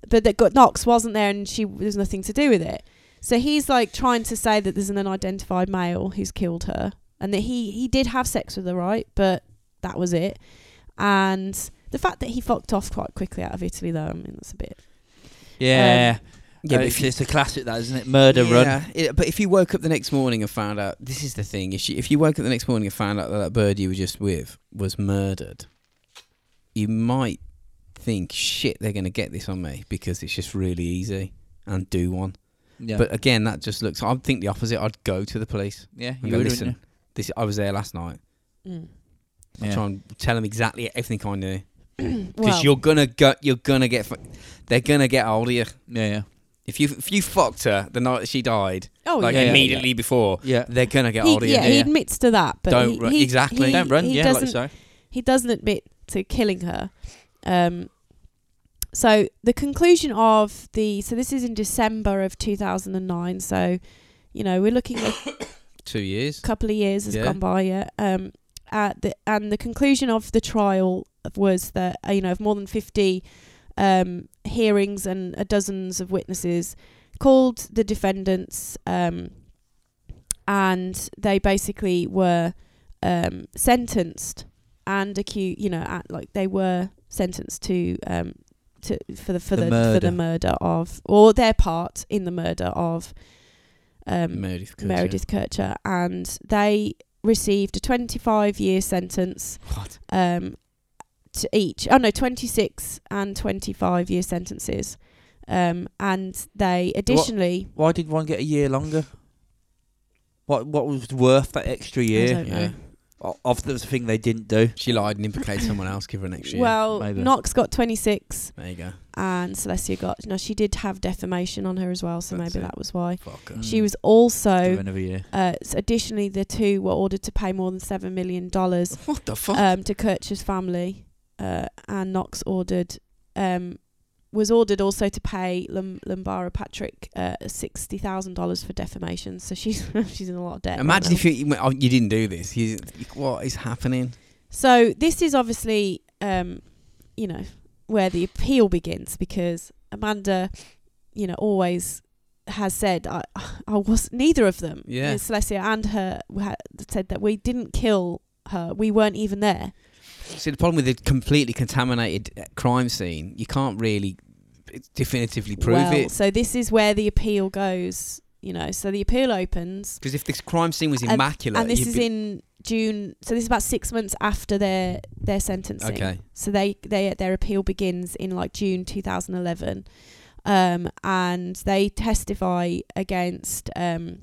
But that got Knox wasn't there, and she there's nothing to do with it. So he's like trying to say that there's an unidentified male who's killed her, and that he he did have sex with her, right? But that was it. And the fact that he fucked off quite quickly out of Italy, though, I mean, that's a bit. Yeah, Um, yeah. but it's, it's a classic, that isn't it? Murder run. Yeah, it- but if you woke up the next morning and found out, this is the thing. If you, if you woke up the next morning and found out that that bird you were just with was murdered, you might think, shit, they're going to get this on me because it's just really easy and do one. Yeah, But again, that just looks. I'd think the opposite. I'd go to the police. yeah, And you go, would listen, this I was there last night. Yeah. I'll try and tell them exactly everything I knew *clears throat* because mm. Well, you're gonna go. You're gonna get. fu- They're gonna get hold of you. Yeah, yeah, If you if you fucked her the night that she died, oh like yeah, yeah. immediately before, yeah. they're gonna get He, hold of yeah, you. he yeah. admits to that, but Don't he, run- he- exactly. he- Don't run. he yeah, like doesn't you say. he doesn't admit to killing her. Um, so the conclusion of the so this is in December of 2009. So you know we're looking at Two years. couple of years has Yeah. gone by, yeah. Um, at the, and the conclusion of the trial was that uh, you know of more than fifty um, hearings and uh, dozens of witnesses called the defendants, um, and they basically were um, sentenced and accused. You know, at, like they were sentenced to. Um, to, for the for The the, for murder. the murder of or their part in the murder of um, Meredith. Kutcher. Meredith Kircher, and they received a 25 year sentence What? um, to each. Oh no, 26 and 25 year sentences. Um, and they additionally, Why did one get a year longer? What what was worth that extra I year don't know. yeah. o- of the thing they didn't do? She lied and implicated someone else. Give her an extra year. well, maybe. Knox got 26 there you go. and Celestia got. No, she did have defamation on her as well, so That's maybe it. Hmm. that was why. Fuck. She Mm. was also. another year. Uh, s- additionally, the two were ordered to pay more than seven million dollars What the fuck? um, to Kircher's family, uh, and Knox ordered um, was ordered also to pay Lum- Lumbara Patrick uh, sixty thousand dollars for defamation. So she's *laughs* she's in a lot of debt. Imagine if you you went, oh, you didn't do this. You, what is happening? So this is obviously um, you know where the appeal begins because Amanda, you know, always has said I I was neither of them. Yeah. Miss Celestia and her ha- said that we didn't kill her. We weren't even there. See, the problem with a completely contaminated uh, crime scene, you can't really definitively prove well, it. So this is where the appeal goes, you know. So the appeal opens, Because if this crime scene was And- immaculate, and this you'd is be- in June. So this is about six months after their their sentencing. okay. So they they their appeal begins in like June 2011, um, and they testify against um,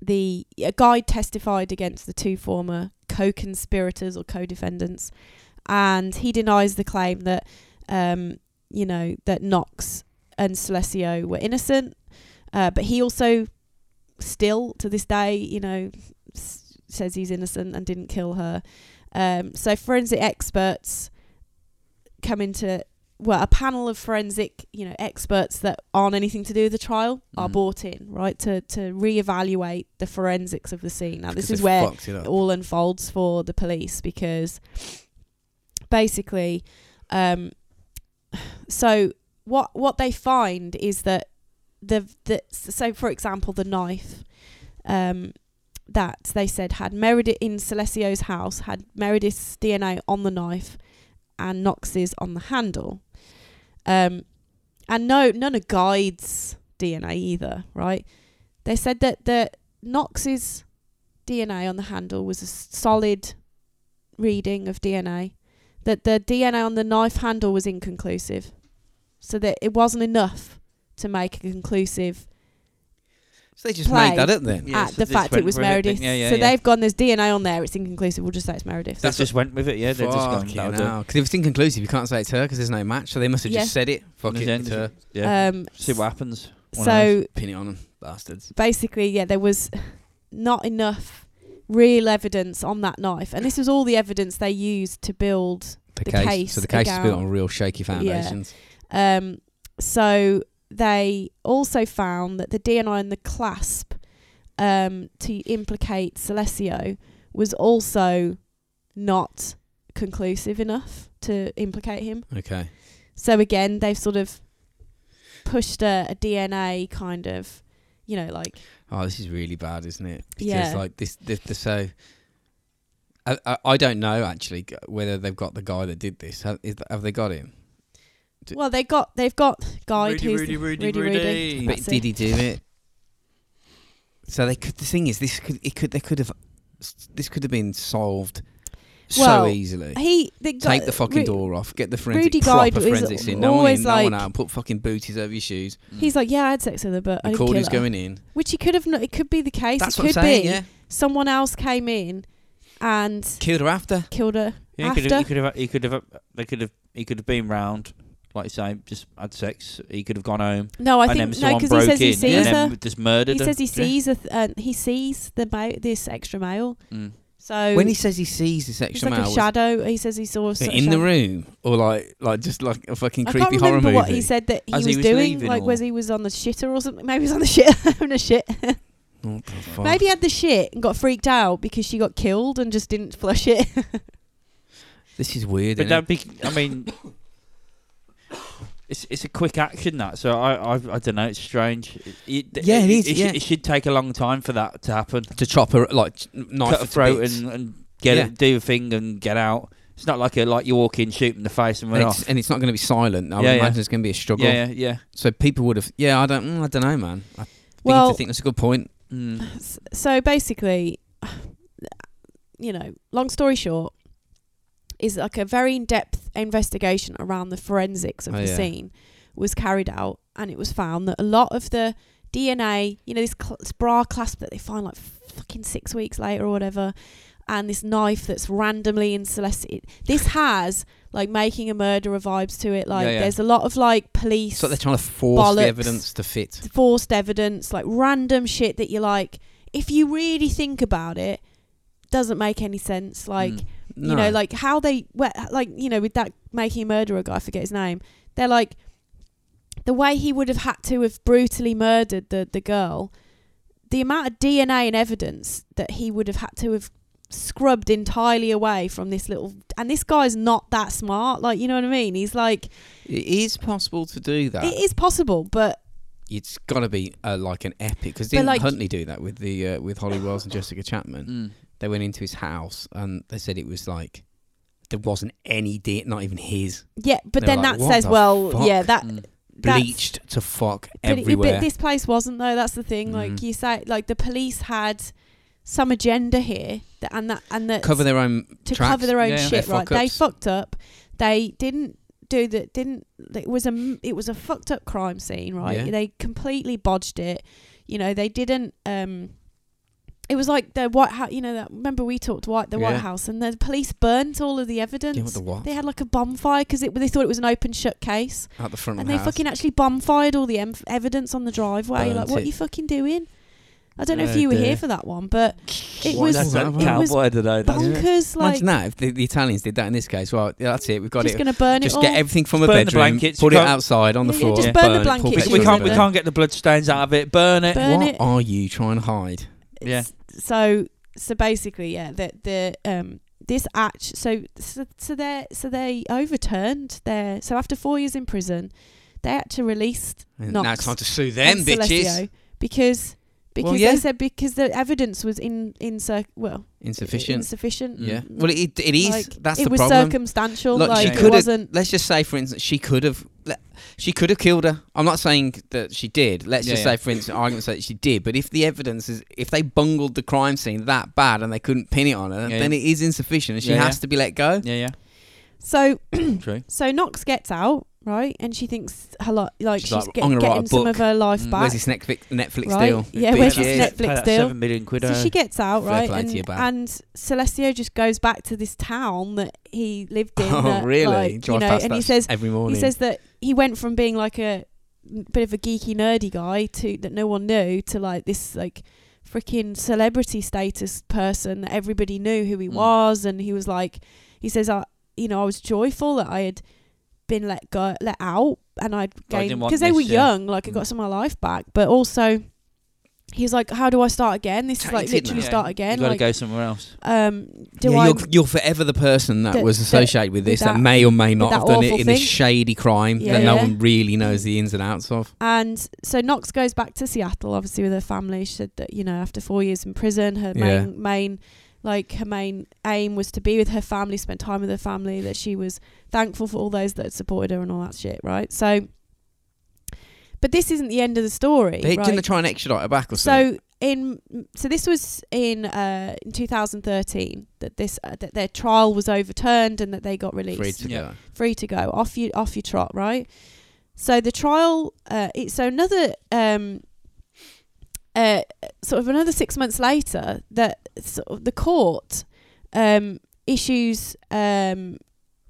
the a guide testified against the two former co-conspirators or co-defendants, and he denies the claim that um, you know that Knox and Celesio were innocent, uh, but he also still to this day you know s- says he's innocent and didn't kill her. Um, so forensic experts come into well, a panel of forensic, you know, experts that aren't anything to do with the trial are Mhm. brought in, right, to to reevaluate the forensics of the scene. Now, Because this is they where fucked it it up. all unfolds for the police because basically, um, so what what they find is that the the so for example the knife um, that they said had Meredith in Celestio's house had Meredith's DNA on the knife and Knox's on the handle, um, and no none of Guide's DNA either. Right? They said that the Knox's DNA on the handle was a s- solid reading of DNA. That the DNA on the knife handle was inconclusive, so that it wasn't enough to make a conclusive So they just Play. made that up then. Yeah, at so the this fact it went was with it then. Meredith. Yeah, yeah, so yeah. they've gone. There's DNA on there. It's inconclusive. We'll just say it's Meredith. That's just went with it, yeah. They just gone. Fucking that'll do. hell. 'Cause if it's inconclusive, you can't say it's her because there's no match. So they must have Yeah. just said it. Fuck it, Yeah. it's her. Yeah. um, See what happens. One of so Pin it on them, bastards. basically, yeah, there was not enough real evidence on that knife, and this was all the evidence they used to build. The case So the case is built again. on real shaky foundations. Um, so they also found that the DNA in the clasp um, to implicate Celesio was also not conclusive enough to implicate him. Okay. So again, they've sort of pushed a, a DNA kind of, you know, like Oh, this is really bad, isn't it? Because Yeah. like this, this, this so. I, I, I don't know actually g- whether they've got the guy that did this. Have, is, have they got him? D- well, they got they've got guide Rudy, who's Rudy, Rudy, Rudy. Rudy. But That's it. did he do it? So they could. The thing is, this could. It could. They could have. This could have been solved Well, so easily. He the guy, Take the fucking door off. Get the forensic Rudy proper Guide is forensics in. No one always in. No one like- out. Put fucking booties over your shoes. Mm. He's like, yeah, I had sex with her, but I didn't Record kill who's her. going in. Which he could have. kno- It could be the case. That's it what I'm could saying. be Yeah, someone else came in and killed her after. killed her. Yeah, he could have, After? he could have, he could have, they could have, he could have been round, like you say, just had sex. He could have gone home, No, I and think then no, someone because he broke says he in and sees then her. just murdered He her. says he sees a th- uh, he sees the ma- this extra male. Mm. So When he says he sees this it's extra like a male, shadow. He says he saw a was it sort of in the shadow. room or like like just like a fucking I creepy can't horror remember movie. what he said that he As was, he was doing. leaving Like, or- was he was on the shitter or something? *laughs* Maybe he was on the shit, having a shit. Oh. What the fuck? Maybe he had the shit and got freaked out because she got killed and just didn't flush it. *laughs* this is weird. But innit? that'd be, I *coughs* mean, it's it's a quick action that. So I I, I don't know. It's strange. It, it- Yeah, it is, It, yeah. should, it should take a long time for that to happen. to chop her like ch- knife Cut her a to throat bits. and, and get Yeah. it, do a thing and get out. It's not like a like you walk in, shoot 'em in the face and And run it's, off. and it's not going to be silent. I Yeah, would yeah. imagine it's going to be a struggle. Yeah, yeah, yeah. So people would have. Yeah, I don't. Mm, I don't know, man. I well, well, think, I think that's a good point. Mm. s- so basically, *sighs* you know, long story short, is like a very in-depth investigation around the forensics of Oh, the yeah. scene was carried out, and it was found that a lot of the DNA, you know, this, cl- this bra clasp that they find like fucking six weeks later or whatever, and this knife that's randomly in Celestia, this has like making a murderer vibes to it. Like, Yeah, yeah. there's a lot of like police So they're trying to force Bollocks. the evidence to fit. forced evidence, like random shit that you're like, if you really think about it, doesn't make any sense. Like, Mm. No. you know, like how they, wh- like, you know, with that making a murderer guy, I forget his name, they're like, the way he would have had to have brutally murdered the, the girl, the amount of DNA and evidence that he would have had to have scrubbed entirely away from this little and this guy's not that smart like you know what i mean he's like it is possible to do that. it is possible but it's got to be uh, like an epic because But didn't like- Huntley do that with the uh, with Holly Wells and Jessica Chapman? Mm. They went into his house and they said it was like there wasn't any DNA, not even his, yeah but They're then like, that "What says the well yeah fuck?" that Mm. That's- bleached to fuck But, it, everywhere. but this place wasn't though. That's the thing. Like Mhm. you say, like the police had some agenda here, that, and that and that cover their own to tracks. cover their own Yeah, yeah. shit. Their right? They fuck-ups. fucked up. They didn't do that. Didn't it was a m- it was a fucked up crime scene, right? Yeah. They completely bodged it. You know, they didn't. um It was like the White House. You know, that, remember we talked White the White Yeah. House, and the police burnt all of the evidence. Yeah, what the what? they had like a bonfire because they thought it was an open shut case at the front and of the they house. fucking actually bomb fired all the em- evidence on the driveway. Burnt like, what it. are you fucking doing? I don't know Oh, if you were dear. here for that one, but it Why was does that it count? was I don't know. That's- bonkers. Like, Imagine that if the, the Italians did that in this case. Well, yeah, that's it. We've got just it. gonna burn just it all. get everything from a Burn the bedroom, blankets, put it can't- outside on the Yeah, yeah, floor. just and burn the it, pull blankets, pictures we of can't we it. can't get the bloodstains out of it. Burn it. Burn What it. are you trying to hide? Yeah. S- So so basically, yeah, the the um this act so so, so they so they overturned their so after four years in prison they had to release And Knox now it's time to sue them, and bitches. Celestio because because Well, yeah. they said because the evidence was in in cir- well Insufficient. insufficient Mm. yeah. Well, it, it is. Like, That's it the was problem. circumstantial Look, like she it could wasn't Let's just say, for instance, she could have. le- She could have killed her. I'm not saying that she did. Let's Yeah, just yeah. say, for instance, argument that she did. But if the evidence is, if they bungled the crime scene that bad and they couldn't pin it on her, Yeah, then it is insufficient, and she Yeah, yeah. has to be let go. Yeah, so *clears throat* yeah. True. so Knox gets out right and she thinks her lot like She's she's, like, get- "I'm gonna write a getting some book." of her life Mm. back Where's this Netflix, Netflix Right? deal? Yeah, where's Bitches. this *laughs* Netflix Pay that deal? Seven million quid. So uh, she gets out, Fair right? play to you, And, babe. and Celestio just goes back to this town that he lived in. *laughs* Oh, that, really? like, you Drive know, past and he that says every morning. he says that he went from being like a bit of a geeky nerdy guy to that no one knew to like this like freaking celebrity status person that everybody knew who he Mm. was and he was like he says I you know I was joyful that I had been let go let out and I'd I didn't gained want because they this, were yeah. young like I Mm. got some of my life back but also he's like how do I start again this is like Tainted literally now. start you again gotta like go somewhere else. um do yeah, I you're, you're forever the person that That- was that- associated with this, that, that- may or may not that have done it awful in this thing. shady crime Yeah, that no yeah. one really knows the ins and outs of. And so Knox goes back to Seattle, obviously with her family. She said that you know after four years in prison, her Yeah. main main like her main aim was to be with her family, spend time with her family. That she was thankful for all those that had supported her and all that shit, right? So, but this isn't the end of the story. They right? didn't they try and extradite her back or something. so in so this was in uh, in 2013 that this uh, that their trial was overturned and that they got released Free to Yeah. go. free to go off you off your trot right so the trial uh, it, so another um uh sort of another six months later that sort of the court um issues um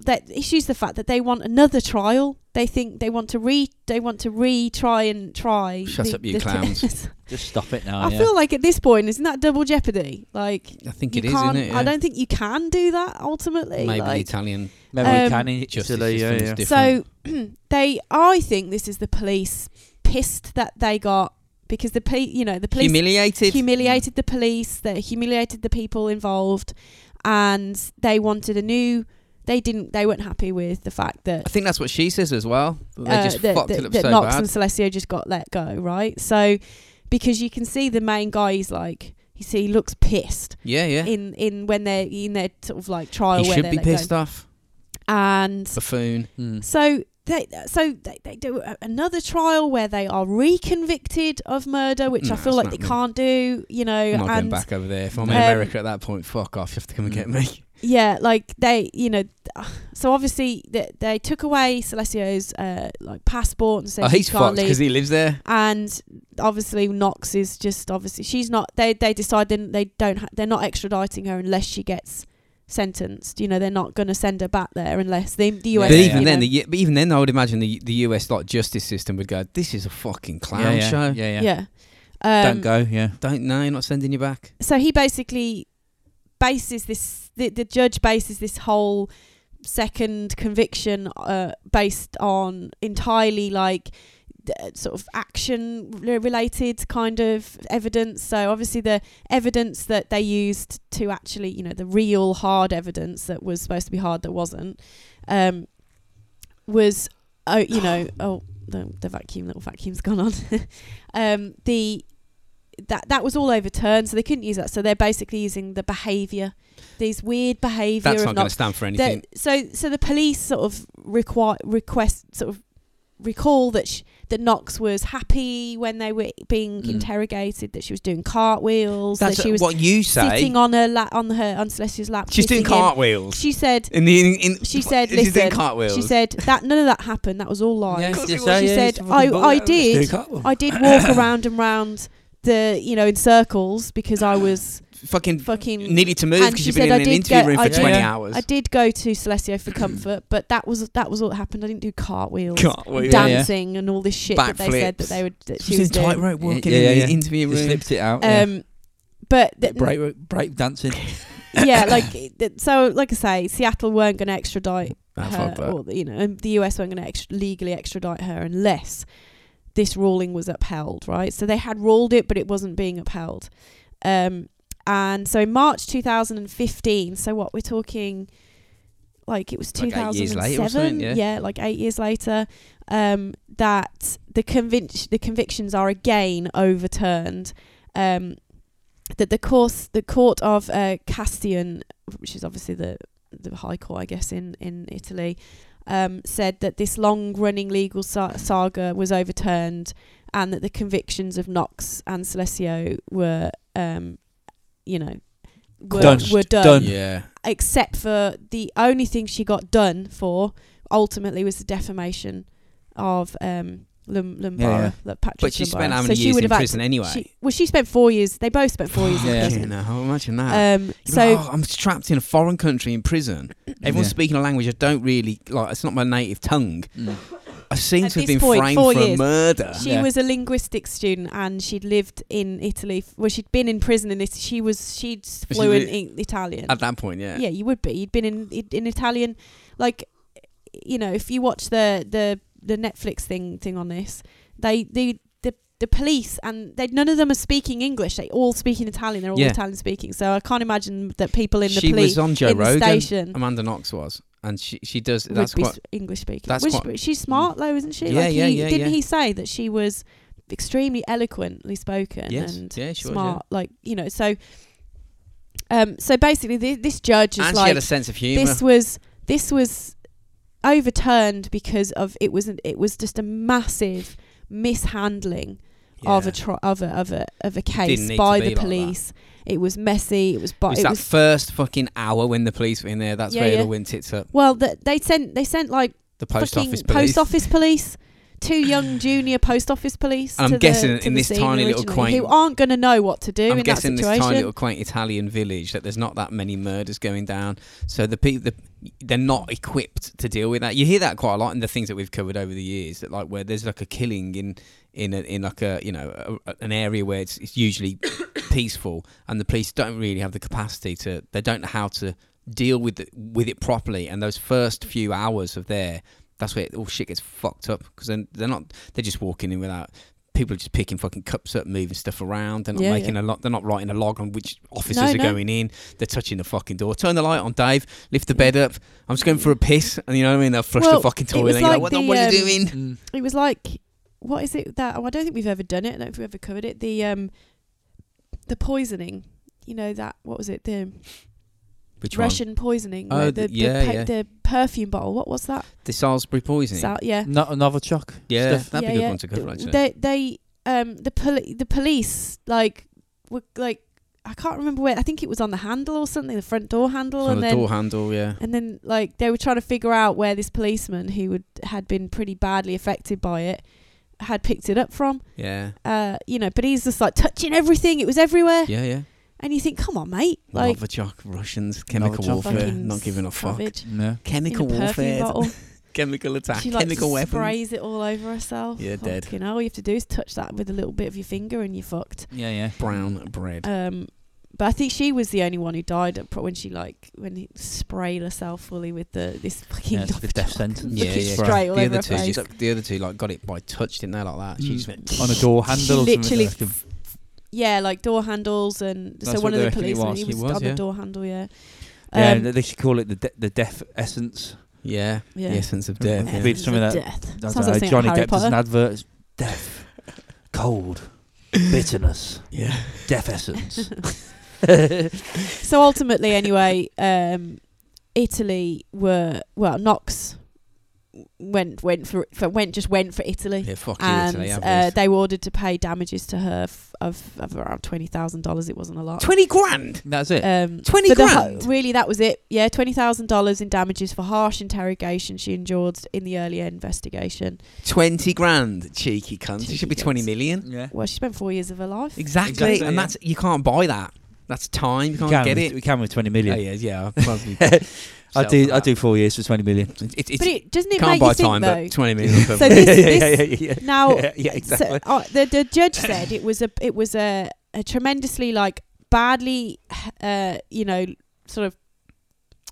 that issues the fact that they want another trial they think they want to re they want to retry and try Shut the- up, you the- *laughs* clowns. Oh, Just stop it now. I yeah. feel like at this point isn't that double jeopardy like I think you it is, can't isn't it? I Yeah. don't think you can do that ultimately Maybe the like, Italian. Maybe we um, can in Justice Italy, yeah, system's yeah. different. So *clears throat* they, I think this is the police pissed that they got because the police, you know, the police Humiliated. humiliated the police, they humiliated the people involved, and they wanted a new. They didn't. They weren't happy with the fact that I think that's what she says as well. that They uh, just that, fucked that- it up that so Knox bad. and Celestio just got let go, right? So because you can see the main guy, he's like, you see, he looks pissed Yeah, yeah. in in when they're in their sort of like trial. He where should they're be let go. pissed off. and Buffoon. Mm. So they so they, they do a- another trial where they are reconvicted of murder, which I No, feel it's like not they me. can't do, you know, I'm not going and back over there. If I'm in Um, Mm. America at that point, fuck off. You have to come and get me. yeah, like they, you know, so obviously they, they took away Celestio's uh, like passport and said *laughs* Oh, "You he's can't fucked leave. because he lives there. and obviously Knox is just obviously she's not. They they decide then they don't ha- they're not extraditing her unless she gets sentenced. You know, they're not going to send her back there unless they, the US. But Yeah, even you then, know, the, U- but even then, I would imagine the the US like justice system would go, "This is a fucking clown Yeah, yeah, show. Yeah, yeah. yeah. Um, Don't go. Yeah. Don't know, not sending you back." so he basically bases this the, the judge bases this whole second conviction uh, based on entirely like d- uh, sort of action re- related kind of evidence so obviously the evidence that they used to actually you know the real hard evidence that was supposed to be hard that wasn't um was oh you know oh the, the vacuum little vacuum's gone on *laughs* um the that that was all overturned, so they couldn't use that. So they're basically using the behaviour, these weird behaviour That's of not not. going to stand for anything. they're- So so the police sort of require request sort of recall that sh- that Knox was happy when they were being Mm. interrogated, that she was doing cartwheels, That's that she was what you say. sitting on her la- on her on Celestia's lap. She's doing kissing him. cartwheels. She said. In the in, in, She said, she's doing "Listen." cartwheels. She said that none of that happened. That was all lies. Yeah, course just it say, She yeah, said, it's a I, fucking I bullshit. did, Just do it. I did walk *coughs* around and round the, you know, in circles because I was "Fucking fucking needed to move and because she you've said, been in "I an did interview get- room for I twenty did- hours." I did go to Celestio for comfort, but that was that was all that happened. I didn't do cartwheels, Cartwheels. Yeah, yeah. dancing, and all this shit that they said that Backflips. they would. That She she was in was doing. tightrope walking yeah, in yeah. the interview Just room. slipped it out. yeah. Um, but th- break, break dancing. *laughs* yeah, like th- so, like I say, Seattle weren't going to extradite Ah, her, fuck that. or you know, and the US weren't going to ext- legally extradite her unless this ruling was upheld, right? So they had ruled it, but it wasn't being upheld. Um, And so in March 2015, so what we're talking like it was Like eight years 2007 later or something, yeah. like 8 years later um that the convic- the convictions are again overturned um that the course the court of uh, Castian which is obviously the the high court I guess in in Italy um said that this long running legal sa- saga was overturned and that the convictions of Knox and Celesio were, um, you know, were Done. were done. Done. Yeah. Except for the only thing she got done for ultimately was the defamation of um, Lum- Lumbara, yeah. like Patrick But she spent Lumbara. how many so she years would in have prison anyway? She, well, she spent four years. They both spent four years in yeah. prison. no, imagine that. Um, You'd be so like, "Oh, I'm trapped in a foreign country in prison. Everyone's Yeah. speaking a language I don't really like. It's not my native tongue. Mm. I seem At to have this been point, framed four for years. a murder. She Yeah. was a linguistics student and she'd lived in Italy. f- Well, she'd been in prison in Italy. She was she'd fluent li- in Italian. At that point, yeah. yeah, you would be. You'd been in in- in Italian, like you know, if you watch the the the Netflix thing thing on this, they the the the police and they none of them are speaking English. They all speak in Italian. They're all Yeah. Italian speaking. So I can't imagine that people in the she police was on Joe in the Rogan. station Amanda Knox was, and she she does. would That's be quite. s- English speaking. that's Which- quite- she's smart though, isn't she? Yeah, like yeah, he, yeah, Didn't yeah. he say that she was extremely eloquently spoken Yes. and Yeah, she was, yeah. smart? Like you know, so. Um, so basically, thi- this judge is and she like had a sense of humour. this was this was overturned because of it wasn't it was just a massive mishandling of Yeah. a tri- of a of a of a Didn't case need by to be the like that. police. it was messy. It was it by was it that was first fucking hour when the police were in there. That's Yeah, where yeah. it all went tits up. well th they sent they sent like The post fucking office police. post office police. Two young junior post office police. I'm to the- guessing to in the this scene tiny little originally, who quaint- aren't going to know what to do I'm in that guessing situation. this tiny little quaint Italian village that there's not that many murders going down, so the people the, they're not equipped to deal with that. You hear that quite a lot in the things that we've covered over the years that like where there's like a killing in in a, in like a you know a, an area where it's, it's usually *coughs* peaceful and the police don't really have the capacity to they don't know how to deal with the, with it properly and those first few hours of there that's where all shit gets fucked up because then they're not they're just walking in without people are just picking fucking cups up moving stuff around they're not Yeah, making yeah. a lot they're not writing a log on which officers No, are no. going in they're touching the fucking door turn the light on Dave lift the bed up I'm just going for a piss and you know what I mean they'll flush Well, the fucking it toilet was and you're like, like what, the, the, what are you um, doing Mm. it was like what is it that oh, I don't think we've ever done it. I don't think we've ever covered it. The um the poisoning. You know that what was it? The which Russian poisoning. Oh, where the- the, the, yeah, pe- yeah. the perfume bottle. What was that? one the Salisbury poisoning Sal- yeah. No, another chuck. yeah Stuff. Mm, yeah, that'd be a good yeah. one to cover actually They they um the poli- the police like were like I can't remember where I think it was on the handle or something, the front door handle It's on and the then door handle yeah And then, like, they were trying to figure out where this policeman who would, had been pretty badly affected by it had picked it up from. yeah Uh, you know, but he's just like touching everything. It was everywhere. yeah yeah And you think, come on, mate. Like, Novichok, Russians, chemical Novichok, warfare, fucking not giving a fuck. savage. No. In Chemical a perfume warfare, bottle. *laughs* chemical attack, *laughs* she like chemical weapons. sprays it all over herself. Yeah, dead. You know, all you have to do is touch that with a little bit of your finger and you're fucked. Yeah, yeah. Brown bread. Um, but I think she was the only one who died at pro- when she like when he sprayed herself fully with the this fucking Yeah, it's the death sentence. Yeah, Fucking yeah. spray. straight all the over other her two, face. Mm. just- the other two, like got it by touch, didn't they? Like that. She just went on a door She handle. or something. literally- Yeah, like door handles and That's so one what they of the reckon it policemen was. he It was, was, on yeah. the door handle, yeah. yeah, Um, they should call it the de- the death essence. Yeah, yeah. the essence of death. Yeah. yeah. Read some of Essence that. Death. I Sounds don't like know, something Johnny out Depp of does Harry an Potter. advert. It's Death, cold, bitterness, Yeah. death *laughs* essence. So ultimately, anyway, um, Italy were well. Knox went went for, for went just went for Italy, Yeah, fuck you, and Italy, uh, have they were ordered to pay damages to her f- of, of around twenty thousand dollars. It wasn't a lot. Twenty grand. That's it. Um, 20 for the grand? ho- really, that was it. Yeah, twenty thousand dollars in damages for harsh interrogation she endured in the earlier investigation. Twenty grand, cheeky cunt. It should be Cheeky twenty cunts. million. yeah. Well, she spent four years of her life. Exactly. Exactly, and yeah. that's you can't buy that. That's time. You We can't can get with- it. We can with twenty million. Oh, yeah, yeah. *laughs* I'll probably I sell do. for I that. do four years for twenty million. It- it- But it's- it doesn't it can't make buy you think time, though? but *laughs* twenty million. So this- *laughs* yeah, yeah, this- yeah, *laughs* yeah, yeah. now- yeah, yeah, exactly. So, uh, the the judge said it was a it was a, a tremendously like badly uh, you know sort of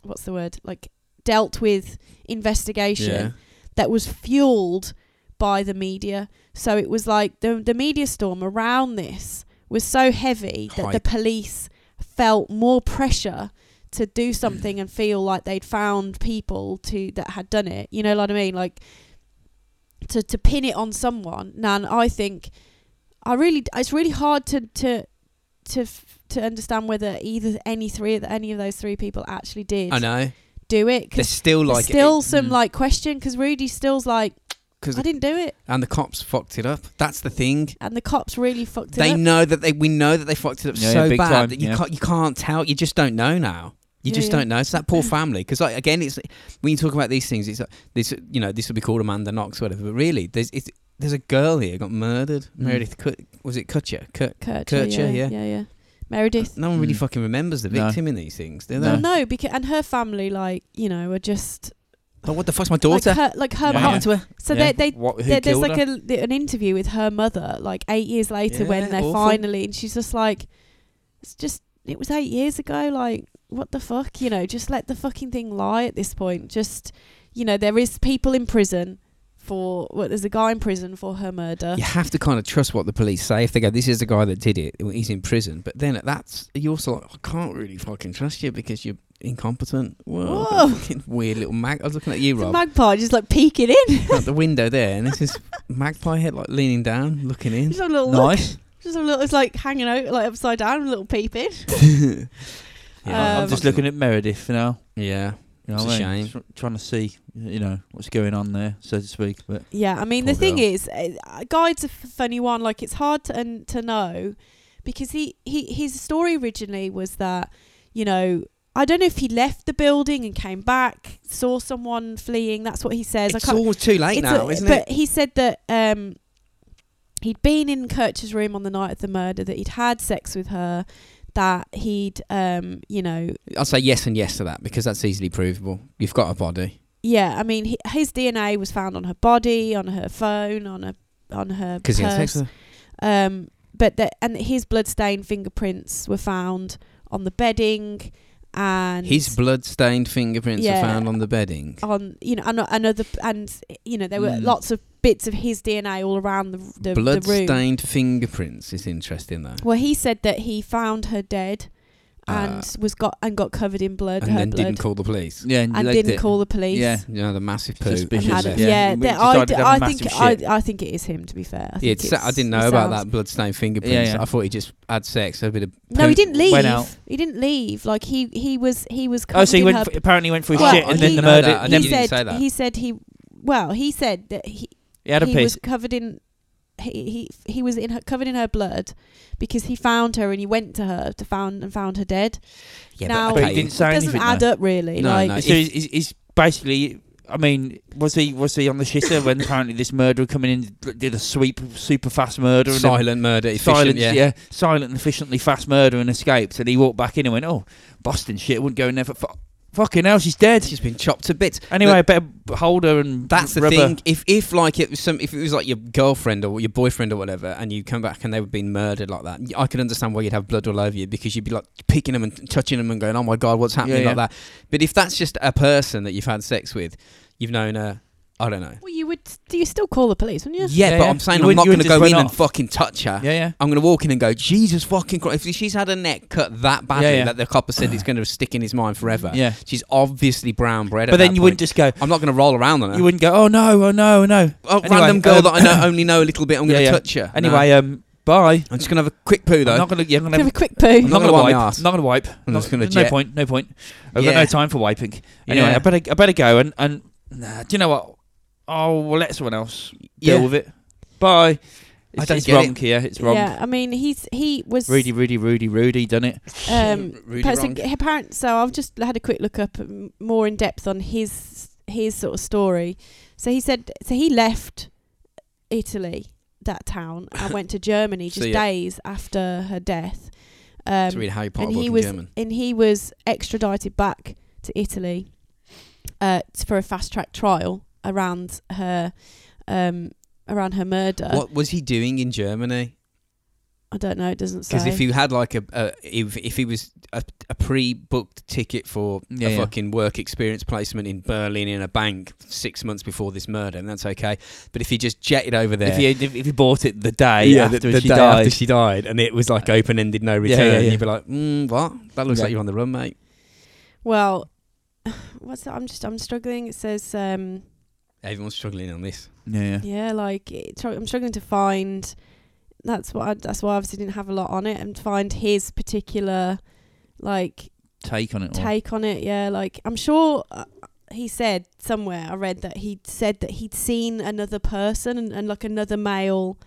what's the word like dealt with investigation yeah. that was fueled by the media. So it was like the the media storm around this was so heavy that Hype. the police felt more pressure to do something and feel like they'd found people to that had done it. You know what I mean? Like to to pin it on someone. Nan, I think I really it's really hard to to to f- to understand whether either any three of the, any of those three people actually did I know. do it. 'cause There's still like still some mm. like question because Rudy still's like, because I didn't do it, and the cops fucked it up. That's the thing. and the cops really fucked it They up. know that they we know that they fucked it up Yeah, yeah, so big bad time, that you yeah. can't you can't tell. You just don't know now. You Yeah, just yeah. don't know. It's that poor family because like again, it's when you talk about these things, it's like this. You know, this would be called Amanda Knox, or whatever. But really, there's it's, there's a girl here got murdered. Mm. Meredith Cut was it Kutcher? Cut. Kircher, Kircher, yeah, yeah. yeah, yeah. Meredith. No one really Mm. fucking remembers the No. victim in these things, do they? Well, No. no, because and her family, like you know, are just But what the fuck's my daughter? like her, like her Yeah. what mum. happened to her? So Yeah. they they What, who there, there's killed like her? a, the- an interview with her mother, like eight years later, Yeah, when they're awful. finally, and she's just like, it's just it was eight years ago, like what the fuck, you know, just let the fucking thing lie at this point. Just you know, there is people in prison for well, there's a guy in prison for her murder. You have to kind of trust what the police say. If they go, "This is the guy that did it," he's in prison. But then that's you also like, I can't really fucking trust you because you're incompetent. Whoa, Whoa. fucking weird little mag. I was looking at you, It's a Rob, magpie just like peeking in. out the window there, and this is magpie head like leaning down, looking *laughs* in. just have a *laughs* little look. nice. Just have a little. It's like hanging out, like upside down, a little peeping. *laughs* yeah, I'm Um, just looking at Meredith now. Yeah, You know It's what a I mean? shame. Tr- trying to see, you know, what's going on there, so to speak. But Yeah, I mean Poor the thing girl. is, uh, uh, Guide's a f- funny one. Like it's hard to un- to know because he, he his story originally was that you know I don't know if he left the building and came back, saw someone fleeing. That's what he says. it's I can't. all too late it's now, a- isn't but it? he said that um, he'd been in Kircher's room on the night of the murder. That he'd had sex with her. That he'd um, you know I'll say yes and yes to that because that's easily provable. You've got a body. yeah. I mean he, his DNA was found on her body, on her phone, on her on her Because he purse. had sex with her. Um, but that and his bloodstained fingerprints were found on the bedding and His blood-stained fingerprints Yeah. are found on the bedding. on you know and, and other and you know there were Mm. lots of bits of his DNA all around the the, the room. Blood-stained fingerprints is interesting though. Well, he said that he found her dead Ah. and was got and got covered in blood. and her then blood didn't call the police. yeah, and liked didn't it. call the police. Yeah. You know the massive poo. And Suspicious, Yeah, had Yeah. it, yeah, We that- I, decided d- to have I a think massive I, shit. I think it is him. To be fair, I, think it's, sa- I it's- didn't know it about sounds- that bloodstained fingerprints. Yeah, yeah. I thought he just had sex, had a bit of. No, he poop. didn't leave. Went out. He didn't leave. Like he he was he was. Oh, so he covered in went her for, apparently went for his Well, shit and then he- the I know murder. that. I then didn't he said say that. he said he well he said that he he had a he piece. was covered in he, he he was in her, covered in her blood because he found her and he went to her to found and found her dead. Yeah, now But okay. he didn't say it doesn't anything. add though. up really. No, like no. So he's, he's, he's basically. I mean, was he was he on the shitter when apparently this murderer coming in did a sweep, super fast murder, and then silent murder. Efficient, silent, yeah. silent and efficiently fast murder and escaped. And he walked back in and went, "Oh, Boston shit, wouldn't go in there for fu- fucking hell. She's dead." She's been chopped to bits. Anyway, Look, I better hold her and that's the rubber. thing. If if like it was some, if it was like your girlfriend or your boyfriend or whatever, and you come back and they were being murdered like that, I could understand why you'd have blood all over you because you'd be like picking them and touching them and going, "Oh my god, what's happening?" Yeah, Like that. But if that's just a person that you've had sex with, you've known her. I don't know. well, you would do you still call the police? Wouldn't you? Yeah, Yeah, but yeah. I'm saying You I'm wouldn't- not you going would to just go went in and off. fucking touch her. Yeah, yeah. I'm going to walk in and go, Jesus fucking Christ. If she's had a neck cut that badly Yeah, yeah. that the copper said it's going to stick in his mind forever, Yeah. she's obviously brown bread. But then you wouldn't just go. I'm not going to roll around on her. You wouldn't go. Oh no! Oh no! Oh no! oh, anyway, random girl um, that I *coughs* know, only know a little bit, I'm going to Yeah, yeah. touch her. No. Anyway, um, bye. I'm just going to have a quick poo, though. I'm not gonna. Yeah, I'm gonna Have have a quick poo. I'm not not gonna gonna wipe wipe. my ass. Not gonna wipe. I'm Not- just gonna no jet. point. No point. I've got Yeah. no time for wiping. Anyway, Yeah. I better. I better go and and. Nah, do you know what? Oh, well, let someone else yeah. deal with it. Bye. It's, I don't it's get wrong, it. Kia. It's wrong. Yeah, I mean he's he was Rudy, Rudy, Rudy, Rudy, done it. um, Really Perhaps wrong. ag- apparent- so I've just had a quick look up um, more in depth on his his sort of story. So he said so he left Italy that town *laughs* and went to Germany So just yeah. days after her death. Um, to read Harry Potter and book he in was German. and he was extradited back to Italy uh, t- for a fast track trial around her um, around her murder. What was he doing in Germany? I don't know. It doesn't say. Because if you had like a, a if if he was a, a pre-booked ticket for Yeah, a yeah. fucking work experience placement in Berlin in a bank six months before this murder, and that's okay. But if he just jetted over there, If you if, if you bought it the day after the, the she day died, after she died, Uh, and it was like open-ended, no Yeah, return, yeah, yeah. you'd be like, mm, what? That looks Yeah. like you're on the run, mate. well, *sighs* what's that? I'm just I'm struggling. It says um Everyone's struggling on this. yeah, yeah. yeah, like it, tr- I'm struggling to find. That's what I, that's why I obviously didn't have a lot on it and find his particular like take on it. all. take on it. Yeah, like I'm sure uh, he said somewhere I read that he said that he'd seen another person and, and like another male.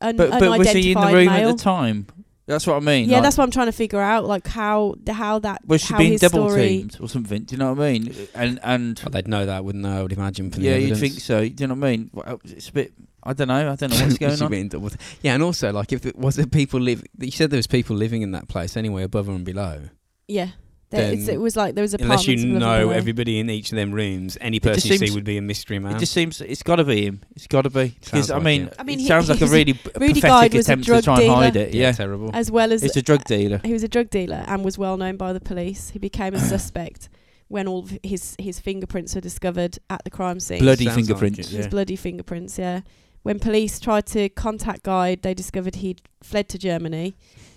Un- But but was he in the unidentified room male. at the time? That's what I mean. Yeah, like, that's what I'm trying to figure out, like how the how that was she how being his double story. teamed or something? Do you know what I mean? And and But they'd know that, wouldn't they? I would imagine. From yeah, the you'd evidence. *laughs* think so. Do you know what I mean? Well, uh, It's a bit. I don't know. I don't know what's going She on. went into- was- yeah, and also like if it was there people live, you said there was people living in that place anyway, above and below. Yeah, there, it's, Then- it was like there was a Unless you know everybody in each of them rooms, any just person you see seems- would be a mystery man. It just seems it's got to be him. It's got to be because Sounds I like mean, it. I mean, it he- sounds like a he's a- really b- Rudy pathetic Guide was a attempt to drug try and hide dealer. it. yeah, Yeah, terrible. as well as it's a drug dealer. he was a drug dealer and was well known by the police. He *coughs* became a suspect when all of his his fingerprints were discovered at the crime scene. Bloody Sounds like fingerprints. it, His bloody fingerprints, yeah. When police tried to contact Guide, they discovered he'd fled to Germany.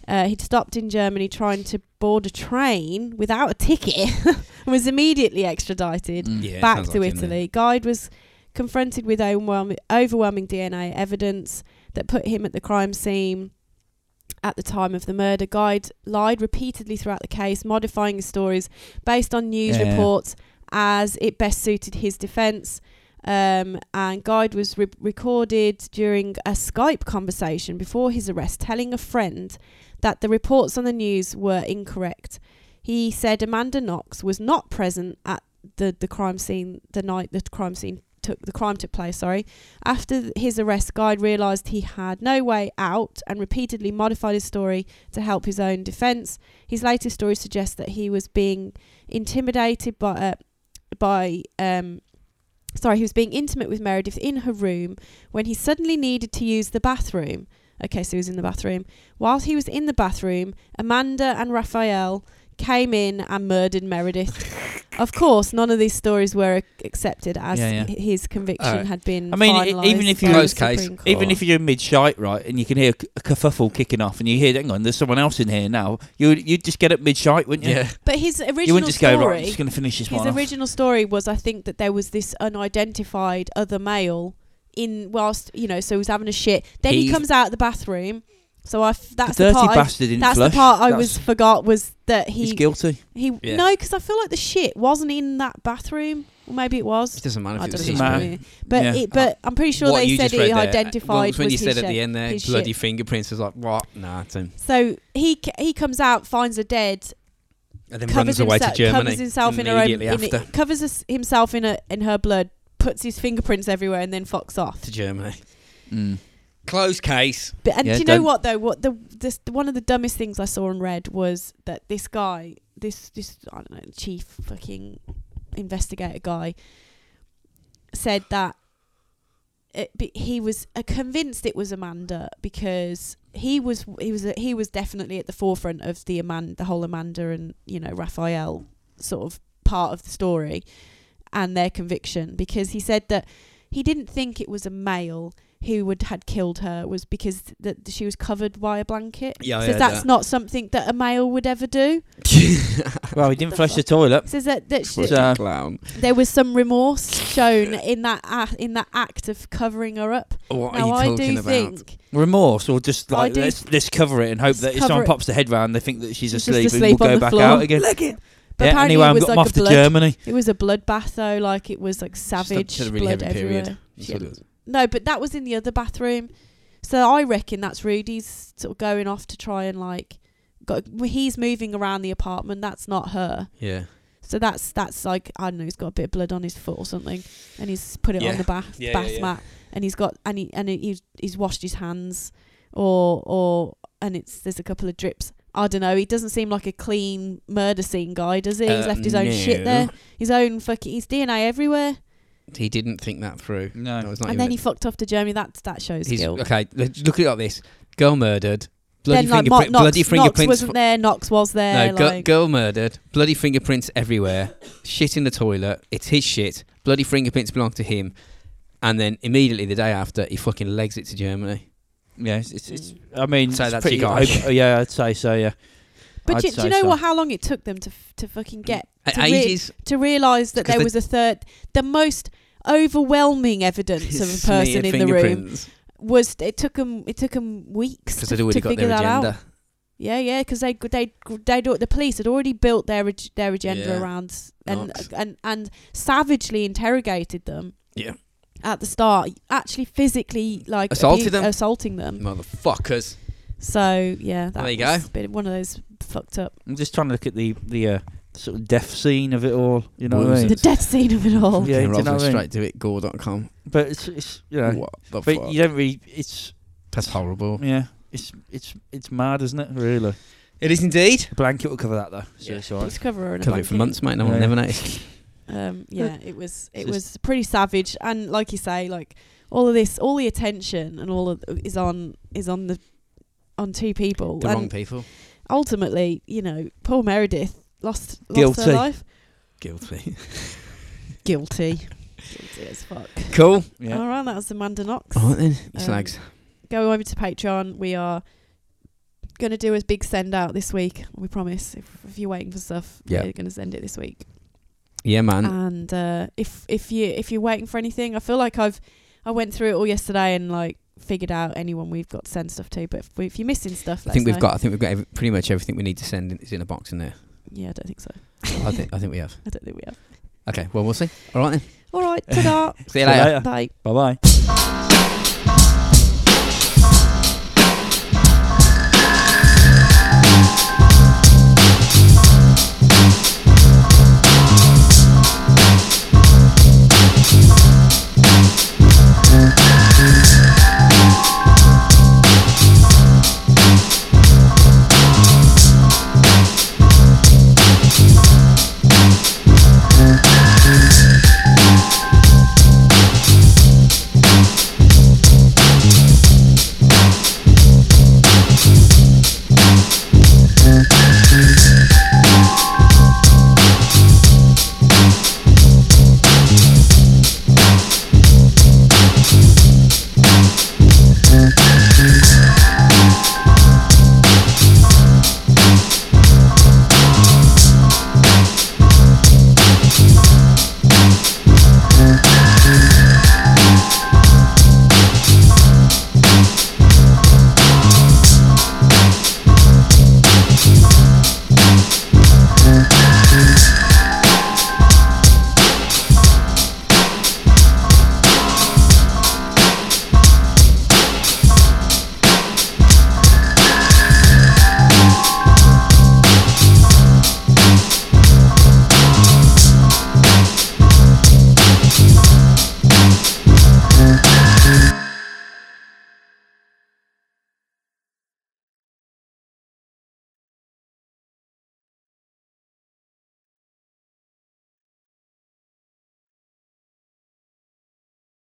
Uh, he'd stopped in Germany trying to board a train without a ticket *laughs* and was immediately extradited. Mm. Yeah, it back sounds to like it, innit? Italy. Guide was confronted with overwhelming, overwhelming DNA evidence that put him at the crime scene at the time of the murder. Guide lied repeatedly throughout the case, modifying his stories based on news Yeah. reports as it best suited his defense. Um, and Guide was re- recorded during a Skype conversation before his arrest, telling a friend that the reports on the news were incorrect. He said Amanda Knox was not present at the, the crime scene the night the crime scene took the crime took place, sorry. After his arrest, Guide realised he had no way out and repeatedly modified his story to help his own defence. His latest story suggests that he was being intimidated by uh, by um sorry, he was being intimate with Meredith in her room when he suddenly needed to use the bathroom. Okay, so he was in the bathroom. Whilst he was in the bathroom, Amanda and Raphael came in and murdered Meredith. of course, none of these stories were ac- accepted as Yeah, yeah. h- his conviction Alright. had been. I mean, i- finalised even if you- by the Close case. Supreme Court. Even if you're mid shite, right, and you can hear a kerfuffle kicking off, and you hear, hang on, there's someone else in here now. You you'd just get up mid shite, wouldn't you? Yeah. but his original You wouldn't just story, go right. I'm just going to finish this his one. off." original story was, I think, that there was this unidentified other male in whilst you know, so he was having a shit. Then he He's- comes out of the bathroom. So I f- that's the the dirty part. I, bastard in that's flush. the part I That's- was forgot was that He's he guilty. he No, 'cause Yeah. no, because I feel like the shit wasn't in that bathroom. Or maybe it was. It doesn't matter. If I it's don't doesn't his know. matter. room. But Yeah. it, but I'm pretty sure What they you said just read he there, uh, well, identified it's when was you his said at shit. the end there, his bloody shit. fingerprints. I was like, what? Nah, it's him. So he c- he comes out, finds her dead, And then covers runs away himself, to Germany. covers himself in her own, immediately in, after covers his- himself in her, in her blood, puts his fingerprints everywhere, and then fucks off. *laughs* to Germany. Mm. *laughs* Close case. But and Yeah, do you know don't- what though? What the this one of the dumbest things I saw and read was that this guy, this this I don't know, chief fucking investigator guy, said that it, be- he was uh, convinced it was Amanda because he was he was he was definitely at the forefront of the Amanda, the whole Amanda and you know Raphael sort of part of the story and their conviction because he said that he didn't think it was a male who would had killed her was because that she was covered by a blanket. Yeah, I says heard that's that. not something that a male would ever do. Well, he didn't flush the toilet. Says that, that she, What's that? clown. there was some remorse shown in that a in that act of covering her up. What now are I you talking do about? think Remorse, or just I like do- let's, let's cover it and hope Just that if cover someone it. pops their head round, they think that she's She's just asleep, asleep and we'll on go the back floor. out again. But yeah, apparently anyway, it I'm was got like them a off to blood- Germany. it was a bloodbath though, like it was like Just had- savage she had a really blood heavy everywhere. period. That's She what had- it was. no, but that was in the other bathroom. So I reckon that's Rudy's sort of going off to try and like got, he's moving around the apartment. That's not her. Yeah. So that's that's like I don't know. He's got a bit of blood on his foot or something, and he's put it Yeah. on the bath Yeah, yeah, bath yeah. mat, and he's got and he and he's he's washed his hands, or or and it's there's a couple of drips. I don't know. He doesn't seem like a clean murder scene guy, does he? he's Uh, left his own shit no. there, his own fucking his DNA everywhere, He didn't think that through. No. No, it's not and even then he fucked off to Germany. That that shows He's, guilt. okay, let's look at it like this. girl murdered. Bloody then like fingerprint. Mark Knox, bloody Knox fingerprints. wasn't there. Knox was there. No, gu- like, girl murdered. Bloody fingerprints everywhere. shit in the toilet. It's his shit. Bloody fingerprints belong to him. And then immediately the day after, he fucking legs it to Germany. Yeah, it's, it's, it's I mean, So it's that's pretty your guy. op- yeah, I'd say so. Yeah, but I'd do, do say you know so. what? How long it took them to f- to fucking get A- to, re- ages. to realise that 'Cause there they- was a third, the most overwhelming evidence *laughs* of a person in the room was it took them it took 'em weeks Because to, they'd to already got figure their that agenda. out. Yeah, yeah, because they they they the police had already built their ag- their agenda Yeah. around s- and Nuts. and and savagely interrogated them. Yeah. At the start, actually physically like Assaulted them? assaulting them. Motherfuckers. So yeah, that There you was go. a bit one of those fucked up I'm just trying to look at the the uh, sort of death scene of it all. You know what I Wolves mean? the death scene of it all. Yeah, do Fucking you know rolls them what I mean? straight to it, gore.com. But it's it's you know, What the but fuck? you don't really. It's That's horrible. yeah, it's it's it's mad, isn't it? Really, It is indeed. a blanket will cover that though. So Yeah. it's all right. It's cover and a Covered it for blanket. months, mate. No one Yeah. *laughs* never noticed. Um, yeah, it was it It's was pretty savage, and like you say, like all of this, all the attention and all of is on is on the on two people. The and *laughs* wrong people. ultimately, you know, Paul Meredith lost lost Guilty. her life. Guilty. Guilty. *laughs* Guilty as fuck. Cool. Yeah. All right, that was Amanda Knox. All right then. Um, You Oh, slags. Go over to Patreon. We are going to do a big send out this week. We promise. If, if you're waiting for stuff, Yeah. we're going to send it this week. Yeah, man. and uh, if if you if you're waiting for anything, I feel like I've I went through it all yesterday and like figured out anyone we've got to send stuff to. But if, we, if you're missing stuff, I let think us we've know. got. I think we've got every, pretty much everything we need to send in, is in a box in there. Yeah, I don't think so. I think. I think we have. I don't think we have. Okay. Well, we'll see. All right then. All right, ta-da. See you later. Bye. Bye bye.